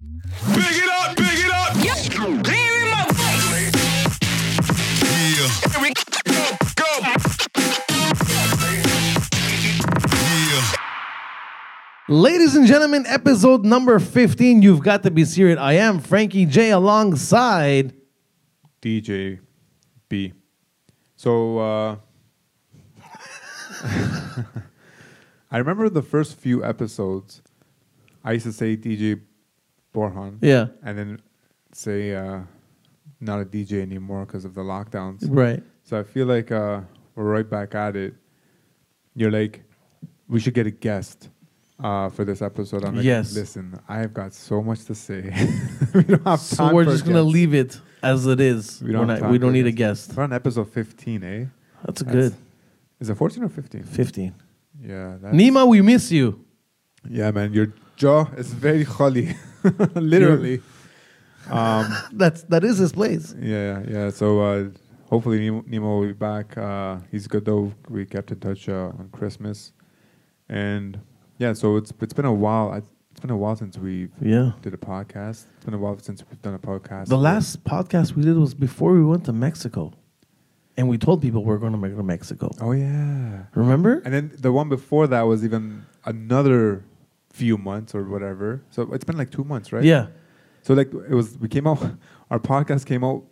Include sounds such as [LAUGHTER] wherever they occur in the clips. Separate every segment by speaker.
Speaker 1: Big it up, big it up. Give me my Yeah. Here we go, go. Yeah.
Speaker 2: Ladies and gentlemen, episode number 15. You've got to be serious. I am Frankie J alongside.
Speaker 3: DJ B. So uh, [LAUGHS] I remember the first few episodes. I used to say DJ Borhan.
Speaker 2: Yeah.
Speaker 3: And then say uh, not a DJ anymore because of the lockdowns.
Speaker 2: Right.
Speaker 3: So I feel like uh, we're right back at it. You're like, we should get a guest uh, for this episode. I'm like,
Speaker 2: Yes.
Speaker 3: listen, I've got so much to say. [LAUGHS] we don't have
Speaker 2: So
Speaker 3: time
Speaker 2: we're
Speaker 3: for a
Speaker 2: just going to
Speaker 3: guest.
Speaker 2: leave it as it is.
Speaker 3: We
Speaker 2: We're
Speaker 3: don't, have
Speaker 2: not-
Speaker 3: time
Speaker 2: we don't
Speaker 3: for
Speaker 2: need a
Speaker 3: this.
Speaker 2: guest.
Speaker 3: We're on episode 15, eh?
Speaker 2: That's
Speaker 3: That's-
Speaker 2: good.
Speaker 3: Is it 14 or 15?
Speaker 2: 15.
Speaker 3: Yeah. That's,
Speaker 2: Nima, we miss you.
Speaker 3: Yeah, man. Your jaw is very holly. [LAUGHS] Literally. um,
Speaker 2: That's, that is his place.
Speaker 3: yeah, yeah. So uh, hopefully Nemo, Nemo will be back. Uh, he's good, though. We kept in touch uh, on Christmas. And yeah, so it's it's been a while. I, it's been a while since we
Speaker 2: Yeah.
Speaker 3: did a podcast. It's been a while since we've done a podcast.
Speaker 2: The last podcast we did was before we went to Mexico. And we told people we're going to go to Mexico.
Speaker 3: Oh, yeah.
Speaker 2: Remember?
Speaker 3: And then the one before that was even another few months or whatever. So it's been like two months, right?
Speaker 2: Yeah.
Speaker 3: So like it was we came out [LAUGHS] our podcast came out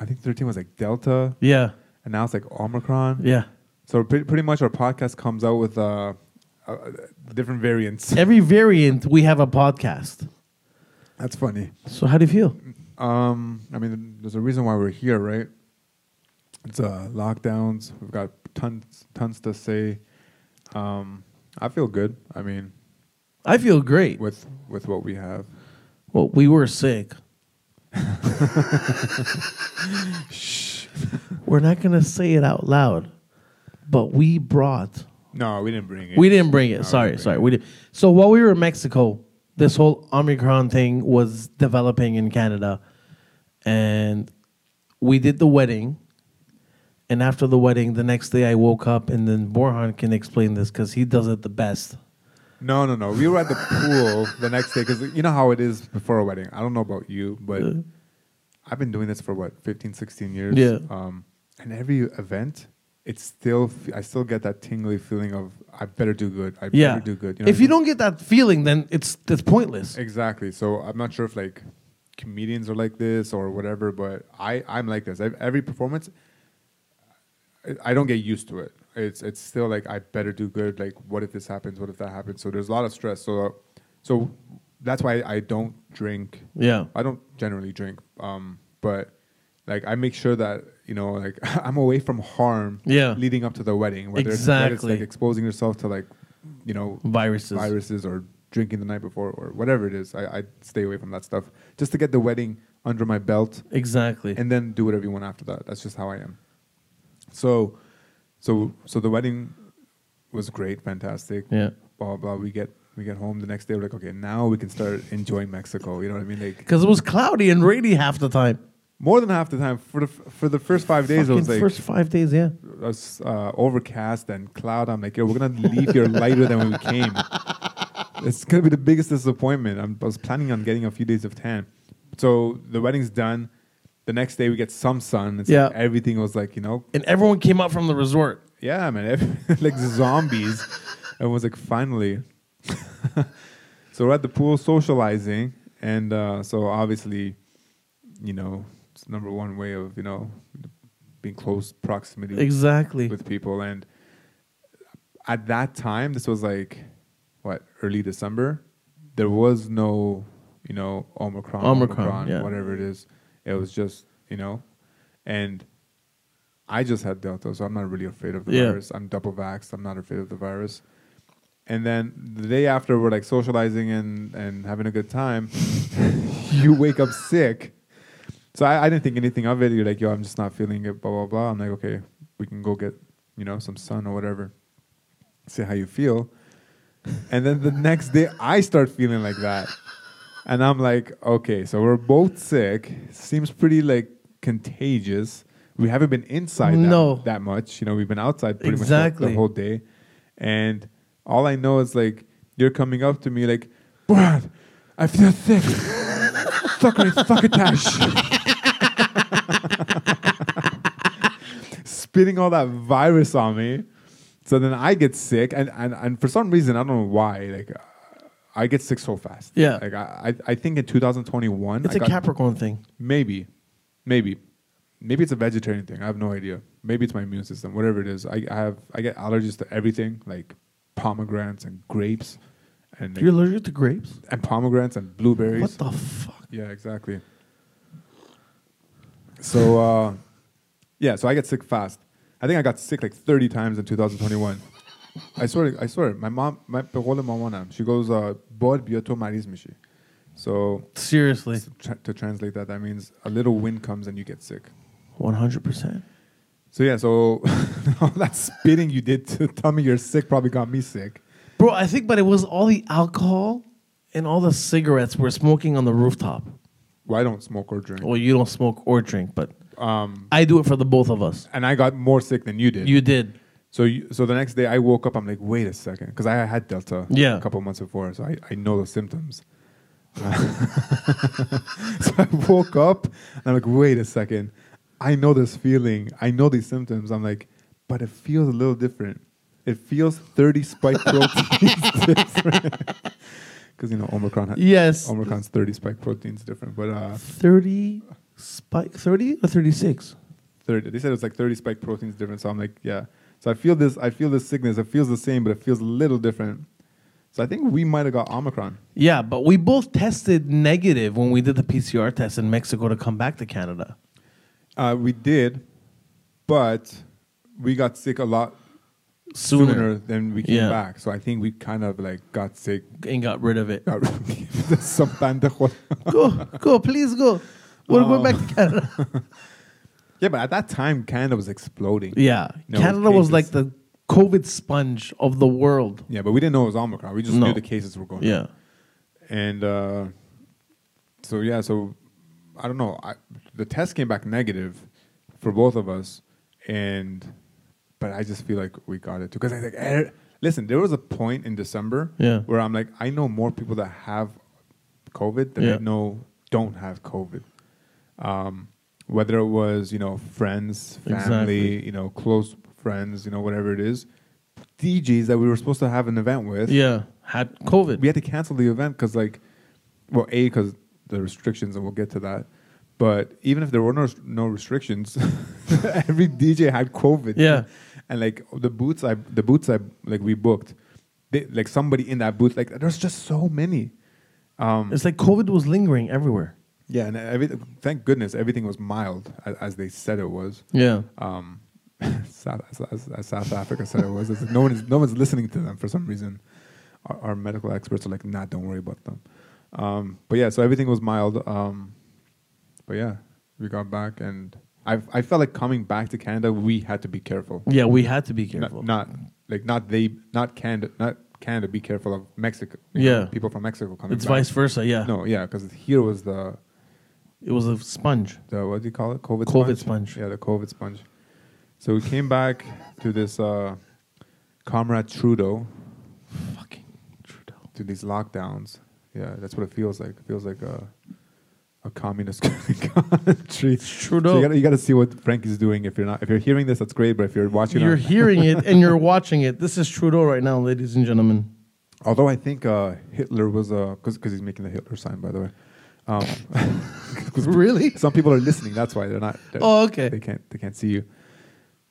Speaker 3: I think 13 was like Delta
Speaker 2: Yeah.
Speaker 3: and now it's like Omicron.
Speaker 2: Yeah.
Speaker 3: So pretty, pretty much our podcast comes out with uh, uh different variants.
Speaker 2: Every variant, we have a podcast.
Speaker 3: [LAUGHS] That's funny.
Speaker 2: So how do you feel?
Speaker 3: Um I mean there's a reason why we're here, right? It's uh lockdowns. We've got tons tons to say. Um I feel good. I mean
Speaker 2: I feel great.
Speaker 3: with with what we have.
Speaker 2: Well, we were sick. we're not going to say it out loud, but we brought.
Speaker 3: No, we didn't bring it.
Speaker 2: We didn't bring it.
Speaker 3: No, we
Speaker 2: sorry,
Speaker 3: didn't bring
Speaker 2: sorry. We did. So while we were in Mexico, this whole Omicron thing was developing in Canada, and we did the wedding. And after the wedding, the next day I woke up, and then Borhan can explain this because he does it the best.
Speaker 3: No, no, no. We were at the pool the next day because you know how it is before a wedding. I don't know about you, but I've been doing this for what 15, 16 years.
Speaker 2: Yeah.
Speaker 3: Um, and every event, it's still f- I still get that tingly feeling of I better do good. I
Speaker 2: Yeah.
Speaker 3: better do good.
Speaker 2: if
Speaker 3: what I
Speaker 2: you
Speaker 3: mean?
Speaker 2: don't get that feeling, then it's it's pointless.
Speaker 3: exactly. So I'm not sure if like comedians are like this or whatever, but I I'm like this. Ev- Every performance, I- I don't get used to it. It's it's still like I better do good. Like what if this happens? What if that happens? So there's a lot of stress. So uh, so that's why I don't drink.
Speaker 2: Yeah.
Speaker 3: I don't generally drink. Um, but like I make sure that you know like [LAUGHS] I'm away from harm.
Speaker 2: Yeah.
Speaker 3: Leading up to the wedding, whether it's- whether it's,
Speaker 2: Exactly.
Speaker 3: like exposing yourself to like you know
Speaker 2: Viruses.
Speaker 3: viruses or drinking the night before or whatever it is. I, I stay away from that stuff just to get the wedding under my belt
Speaker 2: Exactly.
Speaker 3: and then do whatever you want after that. That's just how I am. So, so, so the wedding was great, fantastic.
Speaker 2: Yeah.
Speaker 3: Blah blah. We get we get home the next day. We're like, okay, now we can start enjoying Mexico. You know what I mean? Like
Speaker 2: Because it was cloudy and rainy half the time.
Speaker 3: more than half the time for the f- for the first five days, it was
Speaker 2: Fucking
Speaker 3: like
Speaker 2: first five days, yeah.
Speaker 3: us uh, overcast and cloud. I'm like, yo, we're gonna leave here lighter than when
Speaker 2: [LAUGHS]
Speaker 3: we came. It's gonna be the biggest disappointment. I'm, I was planning on getting a few days of tan. So the wedding's done. The next day we get some sun. It's like
Speaker 2: Yeah.
Speaker 3: everything was like you know,
Speaker 2: And everyone came out from the resort.
Speaker 3: yeah, man, [LAUGHS] ev- like
Speaker 2: [LAUGHS]
Speaker 3: zombies. Everyone's like, finally. [LAUGHS] so we're at the pool socializing, and uh, so obviously, you know, it's number one way of you know being close proximity
Speaker 2: Exactly.
Speaker 3: with people and at that time this was like what early december there was no you know omicron
Speaker 2: Omicron, yeah.
Speaker 3: whatever it is it was just you know and i just had delta so i'm not really afraid of the
Speaker 2: Yeah.
Speaker 3: virus i'm double vaxxed i'm not afraid of the virus and then the day after we're like socializing and and having a good time [LAUGHS] you wake up sick so I, I didn't think anything of it. You're like, yo, I'm just not feeling it, blah, blah, blah. I'm like, okay, we can go get, you know, some sun or whatever. See how you feel. And then the next day, I start feeling like that. And I'm like, okay, so we're both sick. Seems pretty like contagious. We haven't been inside that,
Speaker 2: No.
Speaker 3: that much. You know, we've been outside pretty much the-
Speaker 2: Exactly.
Speaker 3: the whole day. And all I know is like, you're coming up to me like, Brad, I feel sick. [LAUGHS] Sucker and fuckatash. Spitting all that virus on me. So then I get sick, and, and, and for some reason, I don't know why, like, uh, I get sick so fast.
Speaker 2: Yeah.
Speaker 3: Like, I, I, I think in 2021,
Speaker 2: It's
Speaker 3: I
Speaker 2: a
Speaker 3: got-
Speaker 2: Capricorn thing.
Speaker 3: Maybe. Maybe. Maybe it's a vegetarian thing. I have no idea. Maybe it's my immune system. Whatever it is, I, I have I get allergies to everything, like pomegranates and grapes, and
Speaker 2: You're allergic to grapes?
Speaker 3: and pomegranates and blueberries.
Speaker 2: What the fuck?
Speaker 3: yeah, exactly. So uh, yeah, so I get sick fast. I think I got sick like 30 times in 2021. I swear, I swear, my mom, my perole mamanam, she goes, uh, "Bor biato mariz mishi." So
Speaker 2: Seriously.
Speaker 3: Tra- to translate that, that means a little wind comes and you get sick.
Speaker 2: 100%.
Speaker 3: So yeah, so [LAUGHS] all that spitting you did to tell me you're sick probably got me sick.
Speaker 2: Bro, I think, but it was all the alcohol and all the cigarettes we're smoking on the rooftop.
Speaker 3: Well, I don't smoke or drink,
Speaker 2: Well, you don't smoke or drink, but
Speaker 3: um,
Speaker 2: I do it for the both of us.
Speaker 3: and I got more sick than you did.
Speaker 2: You did.
Speaker 3: so you, so the next day I woke up, I'm like, wait a second, because I had Delta
Speaker 2: Yeah.
Speaker 3: a couple months before, so I, I know the symptoms. [LAUGHS] so I woke up and I'm like, wait a second, I know this feeling, I know these symptoms. I'm like, but it feels a little different. It feels 30
Speaker 2: [LAUGHS]
Speaker 3: spike proteins different. Because you know Omicron, had-
Speaker 2: Yes.
Speaker 3: Omicron's 30 spike proteins different, but uh,
Speaker 2: 30 spike 30 or 36
Speaker 3: 30. They said it's like 30 spike proteins different. So I'm like, yeah. So I feel this. I feel this sickness. It feels the same, but it feels a little different. So I think we might have got Omicron.
Speaker 2: yeah but we both tested negative when we did the pcr test in mexico to come back to canada
Speaker 3: Uh, we did, but we got sick a lot
Speaker 2: sooner,
Speaker 3: sooner, than we came
Speaker 2: Yeah.
Speaker 3: back. So I think we kind of like got sick.
Speaker 2: and got rid of it
Speaker 3: Got [LAUGHS] some pendejo.
Speaker 2: go go please go we're going back
Speaker 3: Oh.
Speaker 2: to canada
Speaker 3: [LAUGHS] [LAUGHS] yeah, but at that time, Canada was exploding.
Speaker 2: yeah
Speaker 3: No
Speaker 2: canada was
Speaker 3: cases.
Speaker 2: like the covid sponge of the world
Speaker 3: Yeah, but we didn't know it was Omicron. We just
Speaker 2: No.
Speaker 3: knew the cases were going. up.
Speaker 2: yeah
Speaker 3: and uh, so yeah, so I don't know. I, the test came back negative for both of us, and but I just feel like we got it too. Because I like, eh, listen, there was a point in December
Speaker 2: Yeah.
Speaker 3: where I'm like, I know more people that have COVID than
Speaker 2: Yeah.
Speaker 3: I know don't have COVID. Um, whether it was you know friends, family,
Speaker 2: Exactly.
Speaker 3: you know close friends, you know whatever it is, DJs that we were supposed to have an event with,
Speaker 2: yeah had covid
Speaker 3: we had to cancel the event because like well a because the restrictions and we'll get to that but even if there were no, no restrictions [LAUGHS] every dj had covid
Speaker 2: Yeah.
Speaker 3: and like the boots i the boots i like we booked they, like somebody in that booth like there's just so many
Speaker 2: it's like covid was lingering everywhere
Speaker 3: yeah and every, thank goodness everything was mild as, as they said it was
Speaker 2: yeah
Speaker 3: um, South, as, as, as South Africa said it was. It's like no one is no one's listening to them for some reason. Our, our medical experts are like, nah, don't worry about them. Um, but yeah, so everything was mild. Um, but yeah, we got back, and I I felt like coming back to Canada, we had to be careful.
Speaker 2: yeah we had to be
Speaker 3: Not,
Speaker 2: careful
Speaker 3: not like not they not Canada not Canada. Be careful of Mexico.
Speaker 2: Yeah.
Speaker 3: people from Mexico coming.
Speaker 2: it's
Speaker 3: back.
Speaker 2: vice versa yeah
Speaker 3: No, yeah, because here was the
Speaker 2: it was a sponge
Speaker 3: the what do you call it? COVID,
Speaker 2: COVID sponge.
Speaker 3: Yeah, the COVID sponge. So we came back to this uh, comrade Trudeau
Speaker 2: fucking trudeau
Speaker 3: to these lockdowns. Yeah, that's what it feels like. It feels like a a communist [LAUGHS] country.
Speaker 2: Trudeau.
Speaker 3: So you gotta you gotta see what Frankie's doing. If you're not if you're hearing this, that's great. But if you're watching,
Speaker 2: You're
Speaker 3: on-
Speaker 2: hearing it and you're watching it. This is Trudeau right now, ladies and gentlemen.
Speaker 3: although I think uh, Hitler was because because he's making the Hitler sign by the way. Um, [LAUGHS] 'cause
Speaker 2: Really?
Speaker 3: Some people are listening. That's why they're not. they're-
Speaker 2: Oh, okay.
Speaker 3: They can't. They can't see you.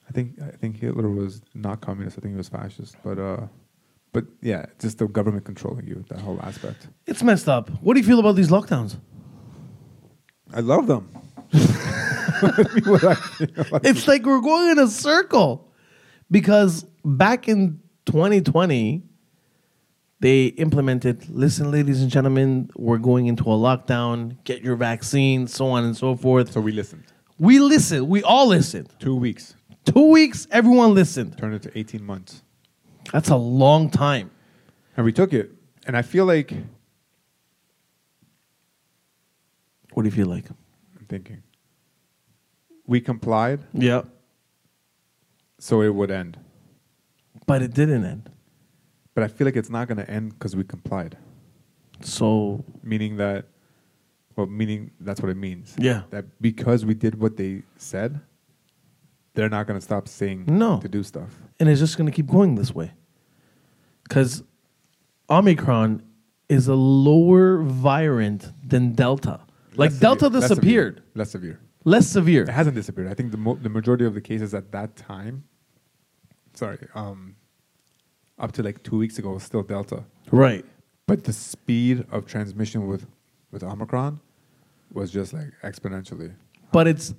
Speaker 3: I think. I think Hitler was not communist. I think he was fascist. But. Uh, but yeah, just the government controlling you. That whole aspect.
Speaker 2: It's messed up. What do you feel about these lockdowns?
Speaker 3: I love them.
Speaker 2: It's like we're going in a circle because back in 2020, they implemented listen, ladies and gentlemen, we're going into a lockdown, get your vaccine, so on and so forth.
Speaker 3: So we listened.
Speaker 2: we listened, we all listened.
Speaker 3: Two weeks
Speaker 2: Two weeks, everyone listened.
Speaker 3: turned into eighteen months,
Speaker 2: That's a long time.
Speaker 3: and we took it. And I feel like I'm
Speaker 2: What do you feel like?
Speaker 3: thinking we complied,
Speaker 2: Yeah.
Speaker 3: so it would end.
Speaker 2: But it didn't end.
Speaker 3: But I feel like it's not going to end because we complied.
Speaker 2: So
Speaker 3: meaning that Well, meaning that's what it means.
Speaker 2: Yeah.
Speaker 3: That because we did what they said, they're not going to stop saying
Speaker 2: No.
Speaker 3: to do stuff.
Speaker 2: and it's just going to keep going this way. Because Omicron is a lower virant than Delta. Like
Speaker 3: Less
Speaker 2: Delta
Speaker 3: severe- less
Speaker 2: disappeared,
Speaker 3: severe, Less severe.
Speaker 2: less severe.
Speaker 3: It hasn't disappeared. I think the, mo- the majority of the cases at that time, sorry, um, up to like two weeks ago, was still Delta.
Speaker 2: right.
Speaker 3: But the speed of transmission with, with Omicron was just like exponentially.
Speaker 2: But it's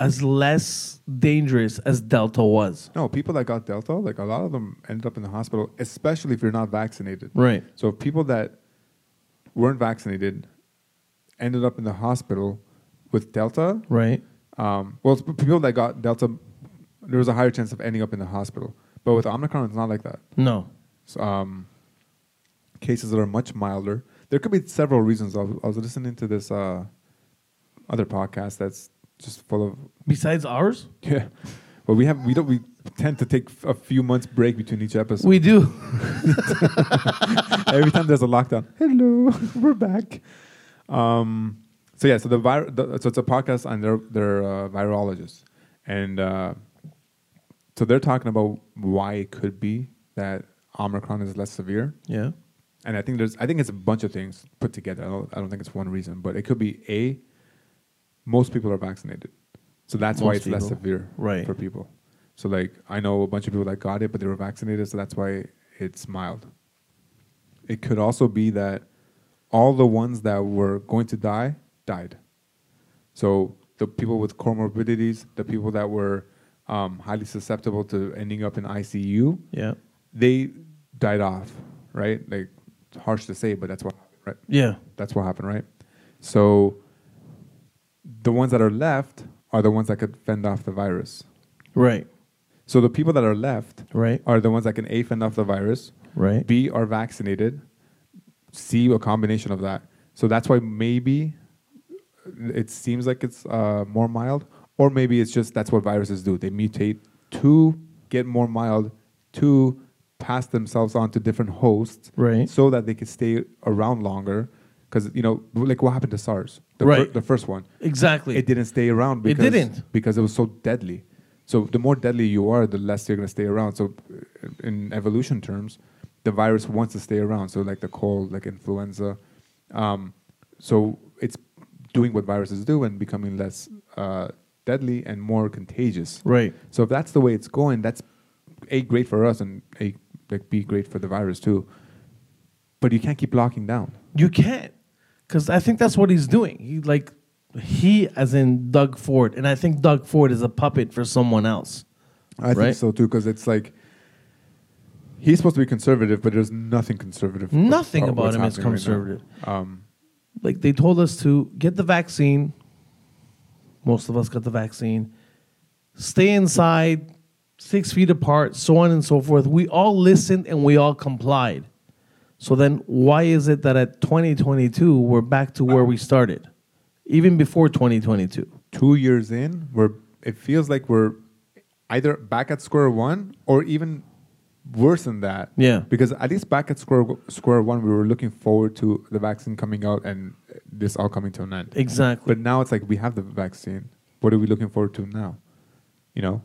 Speaker 2: as less dangerous as Delta was.
Speaker 3: No, people that got Delta, like a lot of them ended up in the hospital, especially if you're not vaccinated.
Speaker 2: Right.
Speaker 3: So people that weren't vaccinated ended up in the hospital with Delta.
Speaker 2: Right.
Speaker 3: Um, well, it's p- people that got Delta, there was a higher chance of ending up in the hospital. But with Omicron, it's not like that.
Speaker 2: No.
Speaker 3: So, um, cases that are much milder. There could be several reasons. I was, I was listening to this uh, other podcast that's just full of
Speaker 2: Besides ours,
Speaker 3: yeah. Well, we have we don't we tend to take f- a few months break between each episode.
Speaker 2: we do.
Speaker 3: [LAUGHS] Every time there's a lockdown, hello, [LAUGHS] we're back. Um, so yeah, so the, vir- the so it's a podcast and they're they're uh, virologists, and uh, so they're talking about why it could be that Omicron is less severe,
Speaker 2: yeah.
Speaker 3: and I think there's I think it's a bunch of things put together. I don't, I don't think it's one reason, but it could be a most people are vaccinated, so that's why
Speaker 2: Most
Speaker 3: it's less
Speaker 2: people.
Speaker 3: severe
Speaker 2: Right.
Speaker 3: for people. So like I know a bunch of people that got it, but they were vaccinated, so that's why it's mild. It could also be that all the ones that were going to die died. So the people with comorbidities, the people that were um, highly susceptible to ending up in ICU,
Speaker 2: Yeah.
Speaker 3: they died off, right? Like it's harsh to say, but that's what happened, right?
Speaker 2: Yeah.
Speaker 3: That's what happened, right? So the ones that are left are the ones that could fend off the virus.
Speaker 2: Right.
Speaker 3: So the people that are left
Speaker 2: Right.
Speaker 3: are the ones that can A fend off the virus,
Speaker 2: Right.
Speaker 3: B are vaccinated, C a combination of that. So that's why maybe it seems like it's uh, more mild, or maybe it's just that's what viruses do. They mutate to get more mild, to pass themselves on to different hosts,
Speaker 2: Right.
Speaker 3: So that they can stay around longer. Because you know, like what happened to SARS, the,
Speaker 2: Right.
Speaker 3: the first one,
Speaker 2: exactly.
Speaker 3: it didn't stay around
Speaker 2: It
Speaker 3: because
Speaker 2: didn't.
Speaker 3: because it was so deadly. So the more deadly you are, the less you're going to stay around. So uh, in evolution terms, the virus wants to stay around. So like the cold, like influenza. Um, so it's doing what viruses do and becoming less uh, deadly and more contagious.
Speaker 2: Right.
Speaker 3: So if that's the way it's going, that's a great for us and a like b great for the virus too. But you can't keep locking down.
Speaker 2: You can't, because I think that's what he's doing. He like he, as in Doug Ford, and I think Doug Ford is a puppet for someone else.
Speaker 3: I think
Speaker 2: Right?
Speaker 3: so too, because it's like he's supposed to be conservative, but there's nothing conservative. of-
Speaker 2: Nothing
Speaker 3: of
Speaker 2: about
Speaker 3: what's
Speaker 2: him is
Speaker 3: happening right now.
Speaker 2: conservative.
Speaker 3: um,
Speaker 2: Like they told us to get the vaccine. Most of us got the vaccine. Stay inside, six feet apart, so on and so forth. We all listened and we all complied. So then, why is it that at 2022 we're back to where we started, even before 2022?
Speaker 3: two years in, we're it feels like we're either back at square one or even worse than that.
Speaker 2: Yeah.
Speaker 3: Because at least back at square square one, we were looking forward to the vaccine coming out and this all coming to an end.
Speaker 2: Exactly.
Speaker 3: But now it's like we have the vaccine. What are we looking forward to now? You know,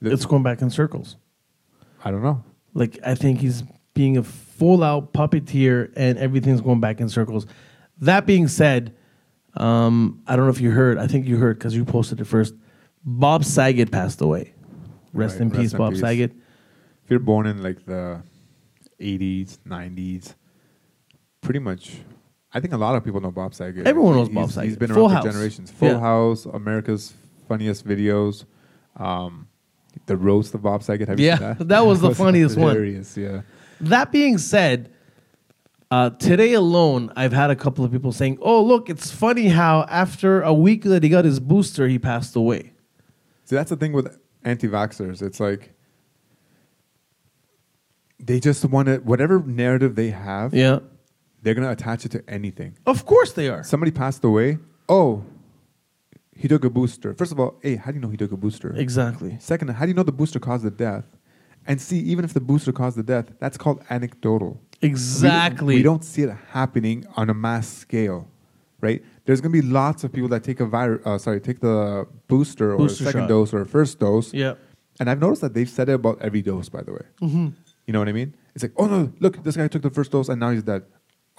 Speaker 3: The-
Speaker 2: it's going back in circles.
Speaker 3: I don't know.
Speaker 2: Like I think he's being a full out puppeteer and everything's going back in circles. That being said, um, I don't know if you heard. I think you heard because you posted it first. Bob Saget passed away. Rest
Speaker 3: Right,
Speaker 2: in
Speaker 3: rest
Speaker 2: peace,
Speaker 3: in
Speaker 2: Bob
Speaker 3: peace.
Speaker 2: Saget.
Speaker 3: if you're born in like the 80s 90s pretty much i think a lot of people know bob saget
Speaker 2: Everyone knows
Speaker 3: He's-
Speaker 2: Bob
Speaker 3: he's
Speaker 2: Saget.
Speaker 3: been
Speaker 2: Full
Speaker 3: around
Speaker 2: House.
Speaker 3: for generations full
Speaker 2: Yeah.
Speaker 3: house america's funniest videos um, the roast of bob saget have
Speaker 2: Yeah,
Speaker 3: you seen [LAUGHS]
Speaker 2: [LAUGHS]
Speaker 3: that
Speaker 2: that was the funniest one.
Speaker 3: hilarious, yeah
Speaker 2: That being said, uh, today alone, I've had a couple of people saying, "Oh, look, it's funny how after a week that he got his booster, he passed away."
Speaker 3: See, that's the thing with anti-vaxxers. It's like they just want to whatever narrative they have
Speaker 2: Yeah,
Speaker 3: they're going to attach it to anything
Speaker 2: of course they are.
Speaker 3: somebody passed away. Oh, he took a booster. First of all, hey, how do you know he took a booster?
Speaker 2: Exactly.
Speaker 3: Second, how do you know the booster caused the death? And see, even if the booster caused the death, that's called anecdotal. We-
Speaker 2: Exactly.
Speaker 3: We, don't see it happening on a mass scale. right? There's gonna be lots of people that take a virus, uh, sorry, take the booster or
Speaker 2: Booster
Speaker 3: second
Speaker 2: shot.
Speaker 3: dose or first dose.
Speaker 2: Yeah.
Speaker 3: And I've noticed that they've said it about every dose, by the way.
Speaker 2: Mm-hmm.
Speaker 3: You know what I mean? It's like, oh no, look, this guy took the first dose and now he's dead.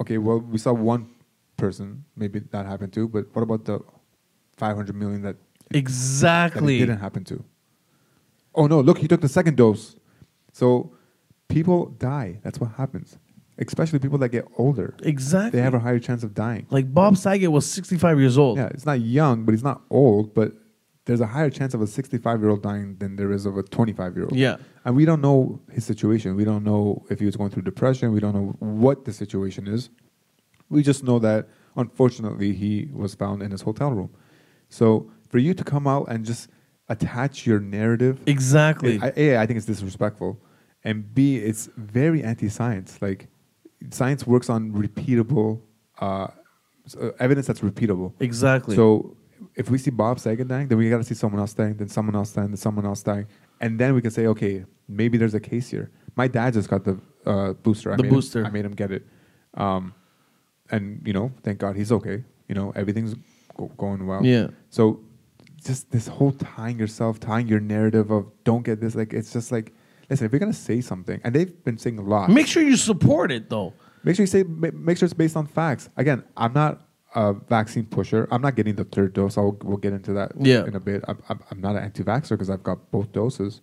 Speaker 3: Okay, well, we saw one person, maybe that happened to, but what about the 500 million that, that it
Speaker 2: Exactly.
Speaker 3: didn't happen to? Oh no, look, he took the second dose. So people die. That's what happens, especially people that get older.
Speaker 2: Exactly.
Speaker 3: They have a higher chance of dying.
Speaker 2: like Bob Saget was 65 years old.
Speaker 3: Yeah, it's not young, but it's not old, but there's a higher chance of a 65 year old dying than there is of a 25 year old.
Speaker 2: Yeah.
Speaker 3: And we don't know his situation. We don't know if he was going through depression. We don't know what the situation is. We just know that unfortunately he was found in his hotel room. So for you to come out and just attach your narrative
Speaker 2: Exactly.
Speaker 3: I, A, I think it's disrespectful, and B, it's very anti-science. Like, science works on repeatable uh, s- uh, evidence that's repeatable.
Speaker 2: exactly.
Speaker 3: So, if we see Bob Saget dying, then we got to see someone else dying, then someone else dying, then someone else dying, and then we can say, okay, maybe there's a case here. My dad just got the uh, booster. I
Speaker 2: The
Speaker 3: made him-
Speaker 2: booster.
Speaker 3: I made him get it, um, and you know, thank God he's okay. You know, everything's go- going well.
Speaker 2: Yeah.
Speaker 3: So just this whole tying yourself, tying your narrative of don't get this, like it's just like listen, if you're gonna say something, and they've been saying a lot,
Speaker 2: Make sure you support it though.
Speaker 3: make sure you say ma- make sure it's based on facts. Again, I'm not a vaccine pusher. I'm not getting the third dose. I'll we'll get into that
Speaker 2: Yeah.
Speaker 3: in a bit. I'm, I'm, I'm not an anti-vaxxer because I've got both doses,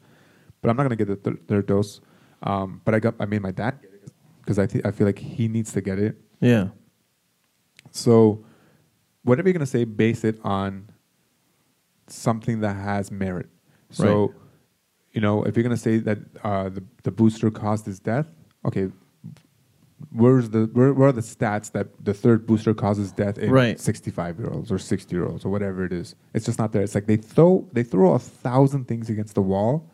Speaker 3: but I'm not gonna get the thir- third dose. Um, but I got I made my dad because I th- I feel like he needs to get it.
Speaker 2: Yeah.
Speaker 3: So, whatever you're gonna say, base it on something that has merit. So,
Speaker 2: Right.
Speaker 3: you know, if you're gonna say that uh, the the booster caused his death, okay, where's the where, where are the stats that the third booster causes death in
Speaker 2: Right.
Speaker 3: 65 year olds or 60 year olds or whatever it is? It's just not there. It's like they throw they throw a thousand things against the wall,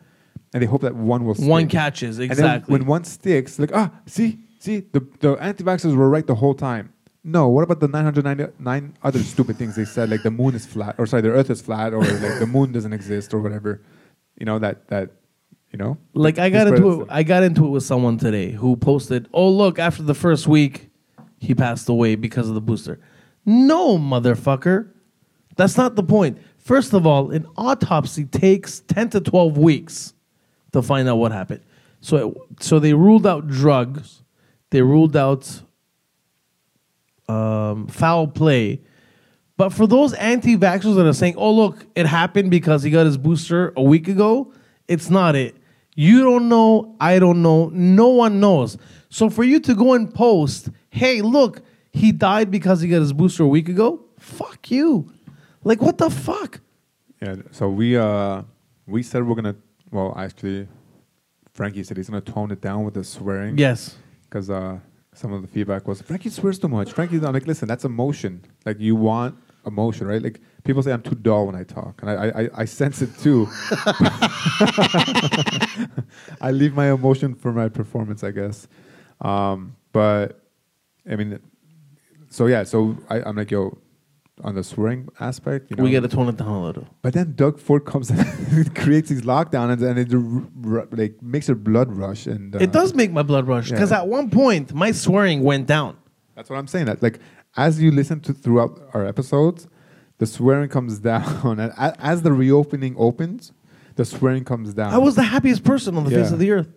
Speaker 3: and they hope that one will
Speaker 2: One
Speaker 3: stick.
Speaker 2: catches
Speaker 3: And then
Speaker 2: exactly.
Speaker 3: when one sticks, like, ah, see, see, the, the anti vaxxers were right the whole time. No, what about the 999 other stupid things they said, like the moon is flat, or sorry, the earth is flat, or like the moon doesn't exist, or whatever? You know, that, that you know?
Speaker 2: like I got into it, I got into it with someone today who posted, "Oh look, after the first week, he passed away because of the booster." No, motherfucker. That's not the point. First of all, an autopsy takes 10 to 12 weeks to find out what happened. So it, so they ruled out drugs. They ruled out um, foul play. But for those anti vaxxers that are saying, oh, look, it happened because he got his booster a week ago, it's not it. You don't know. I don't know. No one knows. So for you to go and post, hey, look, he died because he got his booster a week ago, fuck you. Like, what the fuck?
Speaker 3: Yeah, so we, uh, we said we're going to, well, actually, Frankie said he's going to tone it down with the swearing.
Speaker 2: Yes.
Speaker 3: because uh, some of the feedback was Frankie swears too much. Frankie, I'm like, listen, that's emotion. Like you want emotion, right? Like people say I'm too dull when I talk, and I I, I- I sense it too. [LAUGHS] I leave my emotion for my performance, I guess. Um, but I mean, so yeah, so I, I'm like, yo, on the swearing aspect, you know,
Speaker 2: We got to tone it down a little.
Speaker 3: but then Doug Ford comes [LAUGHS] and creates these lockdowns, and it r- r- like makes your blood rush, and uh,
Speaker 2: It does make my blood rush because
Speaker 3: yeah.
Speaker 2: at one point, my swearing went down.
Speaker 3: That's what I'm saying. That like as you listen to throughout our episodes, the swearing comes [LAUGHS] down, and a- as the reopening opens, the swearing comes down.
Speaker 2: I was the happiest person on the face
Speaker 3: Yeah.
Speaker 2: of the earth.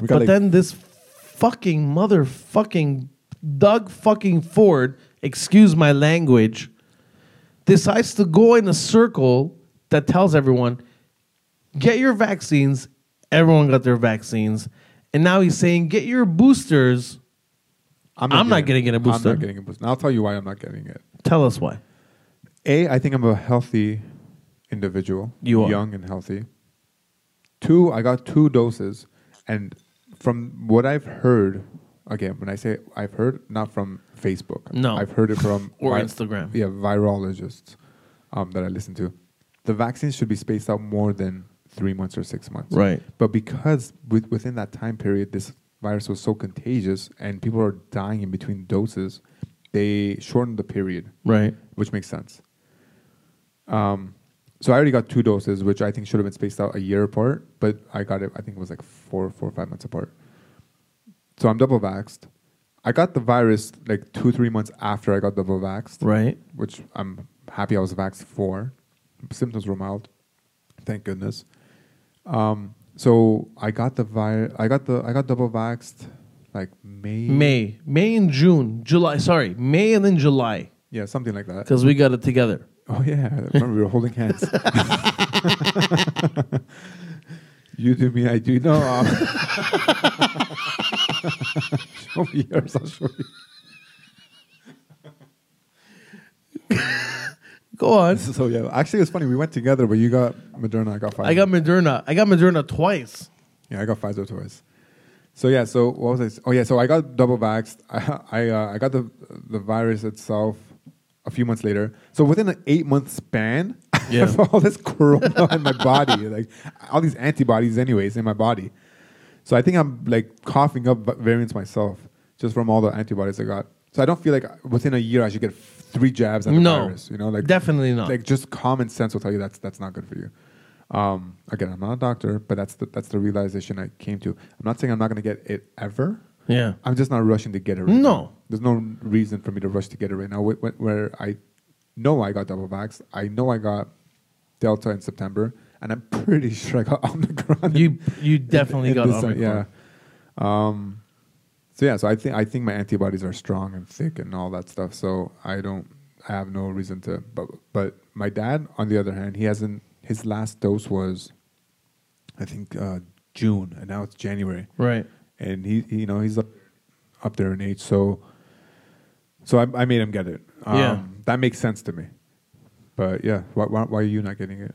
Speaker 3: We got,
Speaker 2: But
Speaker 3: like-
Speaker 2: then this fucking motherfucking Doug fucking Ford, excuse my language, decides to go in a circle that tells everyone, get your vaccines. Everyone got their vaccines. And now he's saying, get your boosters. I'm not getting
Speaker 3: it.
Speaker 2: a booster.
Speaker 3: I'm not getting a booster. And I'll tell you why I'm not getting it.
Speaker 2: Tell us why.
Speaker 3: A, I think I'm a healthy individual.
Speaker 2: You are.
Speaker 3: young and healthy. Two, I got two doses, and from what I've heard, again, when I say I've heard, not from Facebook.
Speaker 2: No.
Speaker 3: I've heard it from
Speaker 2: [LAUGHS] Or Instagram.
Speaker 3: Yeah, virologists um, that I listen to. The vaccines should be spaced out more than three months or six months.
Speaker 2: Right.
Speaker 3: But because with, within that time period, this virus was so contagious and people are dying in between doses, they shortened the period
Speaker 2: Right.
Speaker 3: which makes sense. Um, so I already got two doses, which I think should have been spaced out a year apart, but I got it. I think it was like four, four or five months apart. So I'm double vaxxed. I got the virus like two, three months after I got double vaxxed,
Speaker 2: Right.
Speaker 3: which I'm happy I was vaxxed for. Symptoms were mild, thank goodness. Um, so I got the vi- I got the I got double vaxxed like May
Speaker 2: May, May and June, July. Sorry, May and then July
Speaker 3: yeah something like that.
Speaker 2: because we got it together.
Speaker 3: Oh yeah, I remember we were holding hands. you do me, I do. No, um, [LAUGHS] show me yours. I'll show you.
Speaker 2: Go on.
Speaker 3: So yeah, actually, it's funny. We went together, but you got Moderna, I got Pfizer.
Speaker 2: I got Moderna. I got Moderna twice.
Speaker 3: yeah, I got Pfizer twice. So yeah, so what was I? s- Oh yeah, so I got double vaxxed. [LAUGHS] I I, uh, I got the the virus itself a few months later. So within an eight month span, [LAUGHS] I
Speaker 2: Yeah.
Speaker 3: have all this corona in my body, like all these antibodies, anyways, in my body. So I think I'm like coughing up va- variants myself just from all the antibodies I got. So I don't feel like within a year I should get f- three jabs at the
Speaker 2: No,
Speaker 3: virus. You know, like
Speaker 2: definitely not.
Speaker 3: Like just common sense will tell you that's that's not good for you. Um, again, I'm not a doctor, but that's the, that's the realization I came to. I'm not saying I'm not going to get it ever.
Speaker 2: Yeah.
Speaker 3: I'm just not rushing to get it. Right
Speaker 2: No.
Speaker 3: now. there's no reason for me to rush to get it right now. Wh- wh- Where I know I got double vaxxed, I know I got Delta in September, and I'm pretty [LAUGHS] sure I got Omicron.
Speaker 2: You you definitely
Speaker 3: [LAUGHS] in
Speaker 2: got
Speaker 3: this-
Speaker 2: Omicron.
Speaker 3: Yeah. Um, so yeah, so I think I think my antibodies are strong and thick and all that stuff. So I don't, I have no reason to. But but my dad, on the other hand, he hasn't. His last dose was, I think, uh, June, and now it's January.
Speaker 2: Right.
Speaker 3: And he, he- you know, he's up, up there in age. So so I, I made him get it. Um,
Speaker 2: Yeah.
Speaker 3: That makes sense to me. But yeah, why, why why are you not getting it?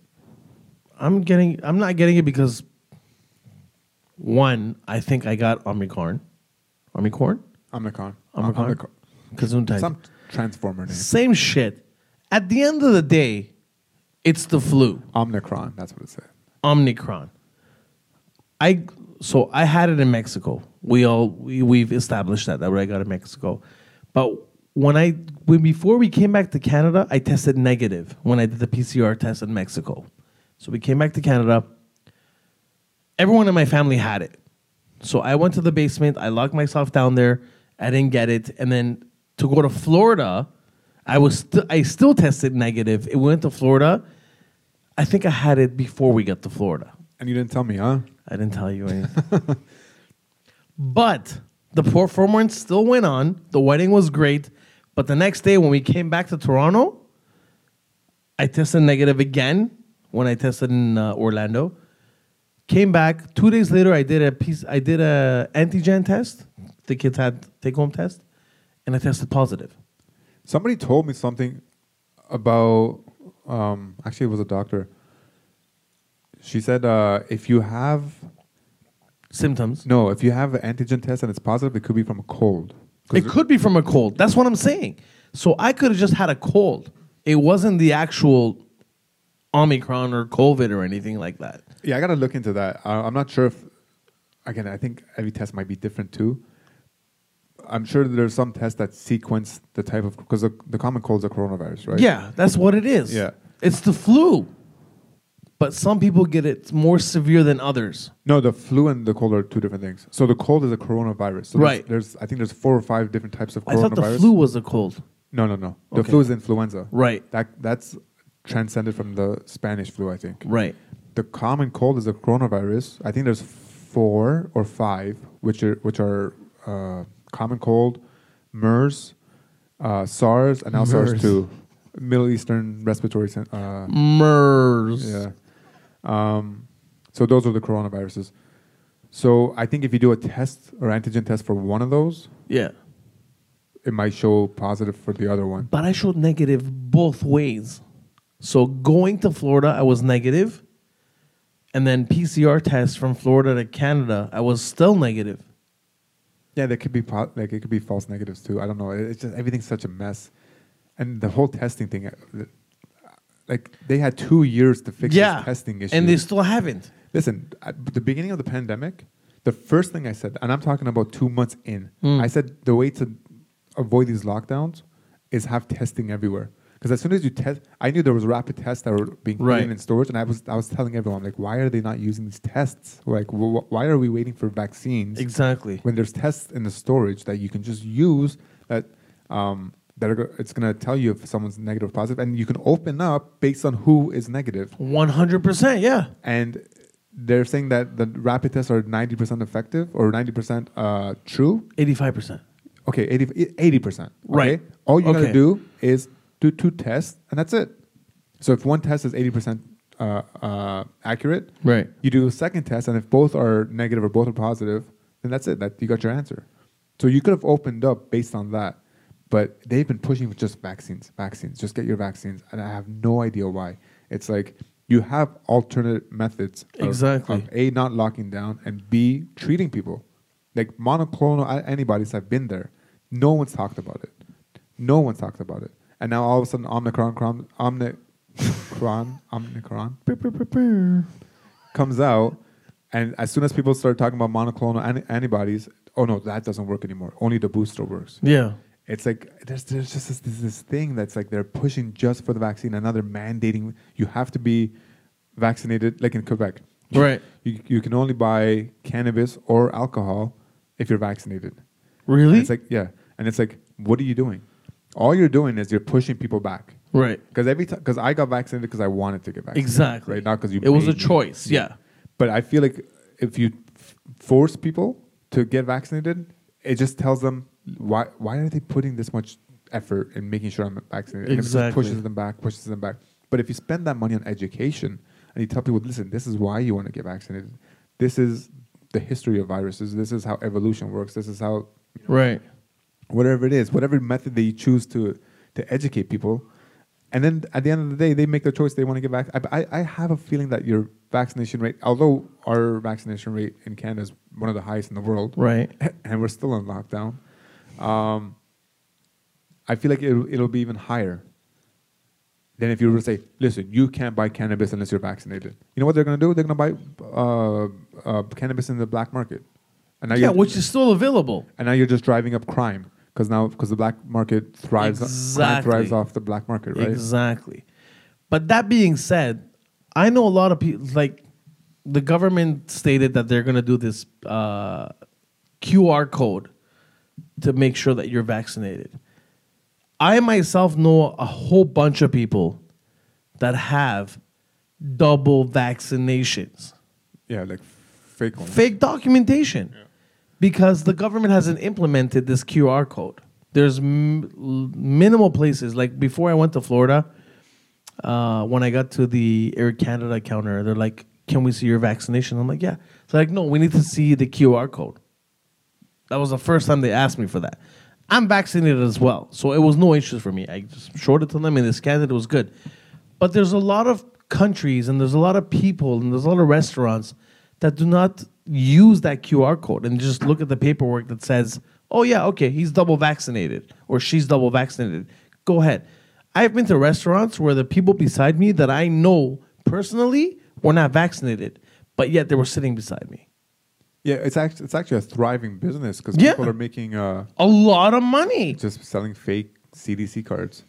Speaker 2: I'm getting. I'm not getting it because one, I think I got Omicron. Omicron.
Speaker 3: Omnicron.
Speaker 2: Omicron. Gesundheit.
Speaker 3: Some transformer name.
Speaker 2: Same shit. At the end of the day, it's the flu.
Speaker 3: Omnicron. That's what it said.
Speaker 2: Omicron. I so I had it in Mexico. We all we, we've established that that I got in Mexico, but when I when before we came back to Canada, I tested negative when I did the PCR test in Mexico. So we came back to Canada. Everyone in my family had it, so I went to the basement. I locked myself down there. I didn't get it, and then to go to Florida, I was st- I still tested negative. It went to Florida. I think I had it before we got to Florida.
Speaker 3: And you didn't tell me, huh?
Speaker 2: I didn't tell you anything. but the performance still went on. The wedding was great. But the next day, when we came back to Toronto, I tested negative again when I tested in uh, Orlando. Came back two days later. I did a piece. I did a antigen test. The kids had take home test, and I tested positive.
Speaker 3: Somebody told me something about. Um, actually, it was a doctor. She said, uh, if you have
Speaker 2: Symptoms.
Speaker 3: no, if you have an antigen test and it's positive, it could be from a cold. 'Cause
Speaker 2: It could be from a cold. That's what I'm saying. So I could have just had a cold. It wasn't the actual Omicron or COVID or anything like that.
Speaker 3: Yeah, I gotta look into that. I, I'm not sure if, again, I think every test might be different too. I'm sure there's some tests that sequence the type of because the, the common cold is a coronavirus, right?
Speaker 2: Yeah, that's what it is.
Speaker 3: Yeah.
Speaker 2: It's the flu. But some people get it more severe than others.
Speaker 3: No, the flu and the cold are two different things. So the cold is a coronavirus. So
Speaker 2: Right.
Speaker 3: There's, there's I think there's four or five different types of
Speaker 2: I
Speaker 3: coronavirus.
Speaker 2: thought the flu was a cold.
Speaker 3: No, no, no. The
Speaker 2: Okay.
Speaker 3: flu is influenza.
Speaker 2: Right.
Speaker 3: That that's transcended from the Spanish flu, I think.
Speaker 2: Right.
Speaker 3: The common cold is the coronavirus. I think there's four or five, which are which are uh, common cold, MERS, uh, SARS, and now SARS
Speaker 2: MERS.
Speaker 3: two, Middle Eastern respiratory. Sen- uh,
Speaker 2: MERS.
Speaker 3: yeah. Um, so those are the coronaviruses. So I think if you do a test or antigen test for one of those,
Speaker 2: Yeah.
Speaker 3: it might show positive for the other one.
Speaker 2: But I showed negative both ways. So going to Florida, I was negative, And then PCR test from Florida to Canada, I was still negative.
Speaker 3: Yeah, there could be po- like it could be false negatives too. I don't know. It- It's just everything's such a mess, and the whole testing thing. uh, th- Like they had two years to fix this testing issue.
Speaker 2: And they still haven't.
Speaker 3: Listen, at the beginning of the pandemic, the first thing I said, and I'm talking about two months
Speaker 2: Hmm.
Speaker 3: in, I said the way to avoid these lockdowns is have testing everywhere. Because as soon as you test, I knew there was rapid tests that were being put
Speaker 2: Right.
Speaker 3: in, in storage, and I was I was telling everyone like, why are they not using these tests? Like, wh- wh- why are we waiting for vaccines
Speaker 2: Exactly.
Speaker 3: when there's tests in the storage that you can just use that um, that are, go- it's gonna tell you if someone's negative or positive, and you can open up based on who is negative.
Speaker 2: One hundred percent. Yeah.
Speaker 3: And they're saying that the rapid tests are ninety percent effective or ninety percent uh, true.
Speaker 2: Eighty-five percent.
Speaker 3: Okay, 80 percent.
Speaker 2: Right.
Speaker 3: All you gotta
Speaker 2: Okay.
Speaker 3: do is do two tests, and that's it. So if one test is eighty percent uh, uh, accurate,
Speaker 2: Right.
Speaker 3: You do a second test, and if both are negative or both are positive, then that's it. That you got your answer. So you could have opened up based on that, but they've been pushing for just vaccines, vaccines. Just get your vaccines, and I have no idea why. It's like you have alternate methods. of-
Speaker 2: Exactly.
Speaker 3: of a not locking down and b treating people like monoclonal a- antibodies have been there no one's talked about it no one's talked about it and now all of a sudden omnicron crom- omnicron omnicron beep, beep, beep, beep, comes out and as soon as people start talking about monoclonal an- antibodies oh no that doesn't work anymore only the booster works
Speaker 2: Yeah.
Speaker 3: it's like there's there's just this, this this thing that's like they're pushing just for the vaccine. and now they're mandating you have to be vaccinated, like in Quebec.
Speaker 2: Right.
Speaker 3: You you can only buy cannabis or alcohol if you're vaccinated. And
Speaker 2: Really?
Speaker 3: it's like yeah, and it's like what are you doing? All you're doing is you're pushing people back.
Speaker 2: right.
Speaker 3: Because every time, because I got vaccinated because I wanted to get vaccinated.
Speaker 2: Exactly.
Speaker 3: Right, not because you.
Speaker 2: It was a
Speaker 3: made me.
Speaker 2: choice. Yeah.
Speaker 3: But I feel like if you f- force people to get vaccinated, it just tells them why why are they putting this much effort in making sure I'm vaccinated? And It just
Speaker 2: Exactly.
Speaker 3: pushes them back, pushes them back. But if you spend that money on education and you tell people, listen, this is why you want to get vaccinated. This is the history of viruses. This is how evolution works. This is how
Speaker 2: Right.
Speaker 3: whatever it is, whatever method they choose to to educate people. And then at the end of the day, they make their choice. They want to get back. I, I, I have a feeling that your vaccination rate, although our vaccination rate in Canada is one of the highest in the world,
Speaker 2: Right.
Speaker 3: [LAUGHS] and we're still on lockdown, um, I feel like it'll, it'll be even higher than if you were to say, listen, you can't buy cannabis unless you're vaccinated. You know what they're going to do? They're going to buy uh, uh, cannabis in the black market. And now
Speaker 2: Yeah,
Speaker 3: you're-
Speaker 2: which is still available.
Speaker 3: and now you're just driving up crime because now because the black market thrives crime
Speaker 2: Exactly.
Speaker 3: thrives off the black market, right?
Speaker 2: Exactly. But that being said, I know a lot of people like the government stated that they're going to do this uh, QR code to make sure that you're vaccinated. I myself know a whole bunch of people that have double vaccinations
Speaker 3: Yeah, like fake ones.
Speaker 2: fake documentation because the government hasn't implemented this QR code. There's m- l- minimal places. Like before I went to Florida, uh, when I got to the Air Canada counter, they're like, "Can we see your vaccination?" I'm like, "Yeah." They're like, "No, we need to see the QR code." That was the first time they asked me for that. I'm vaccinated as well, so it was no issues for me. I just showed it to them, and they scanned it. It was good. But there's a lot of countries, and there's a lot of people, and there's a lot of restaurants that do not use that QR code and just look at the paperwork that says, "Oh yeah, okay, he's double vaccinated or she's double vaccinated." Go ahead. I've been to restaurants where the people beside me that I know personally were not vaccinated, but yet they were sitting beside me.
Speaker 3: Yeah, it's actually it's actually a thriving business because
Speaker 2: Yeah.
Speaker 3: people are making uh,
Speaker 2: A lot of money.
Speaker 3: just selling fake CDC cards.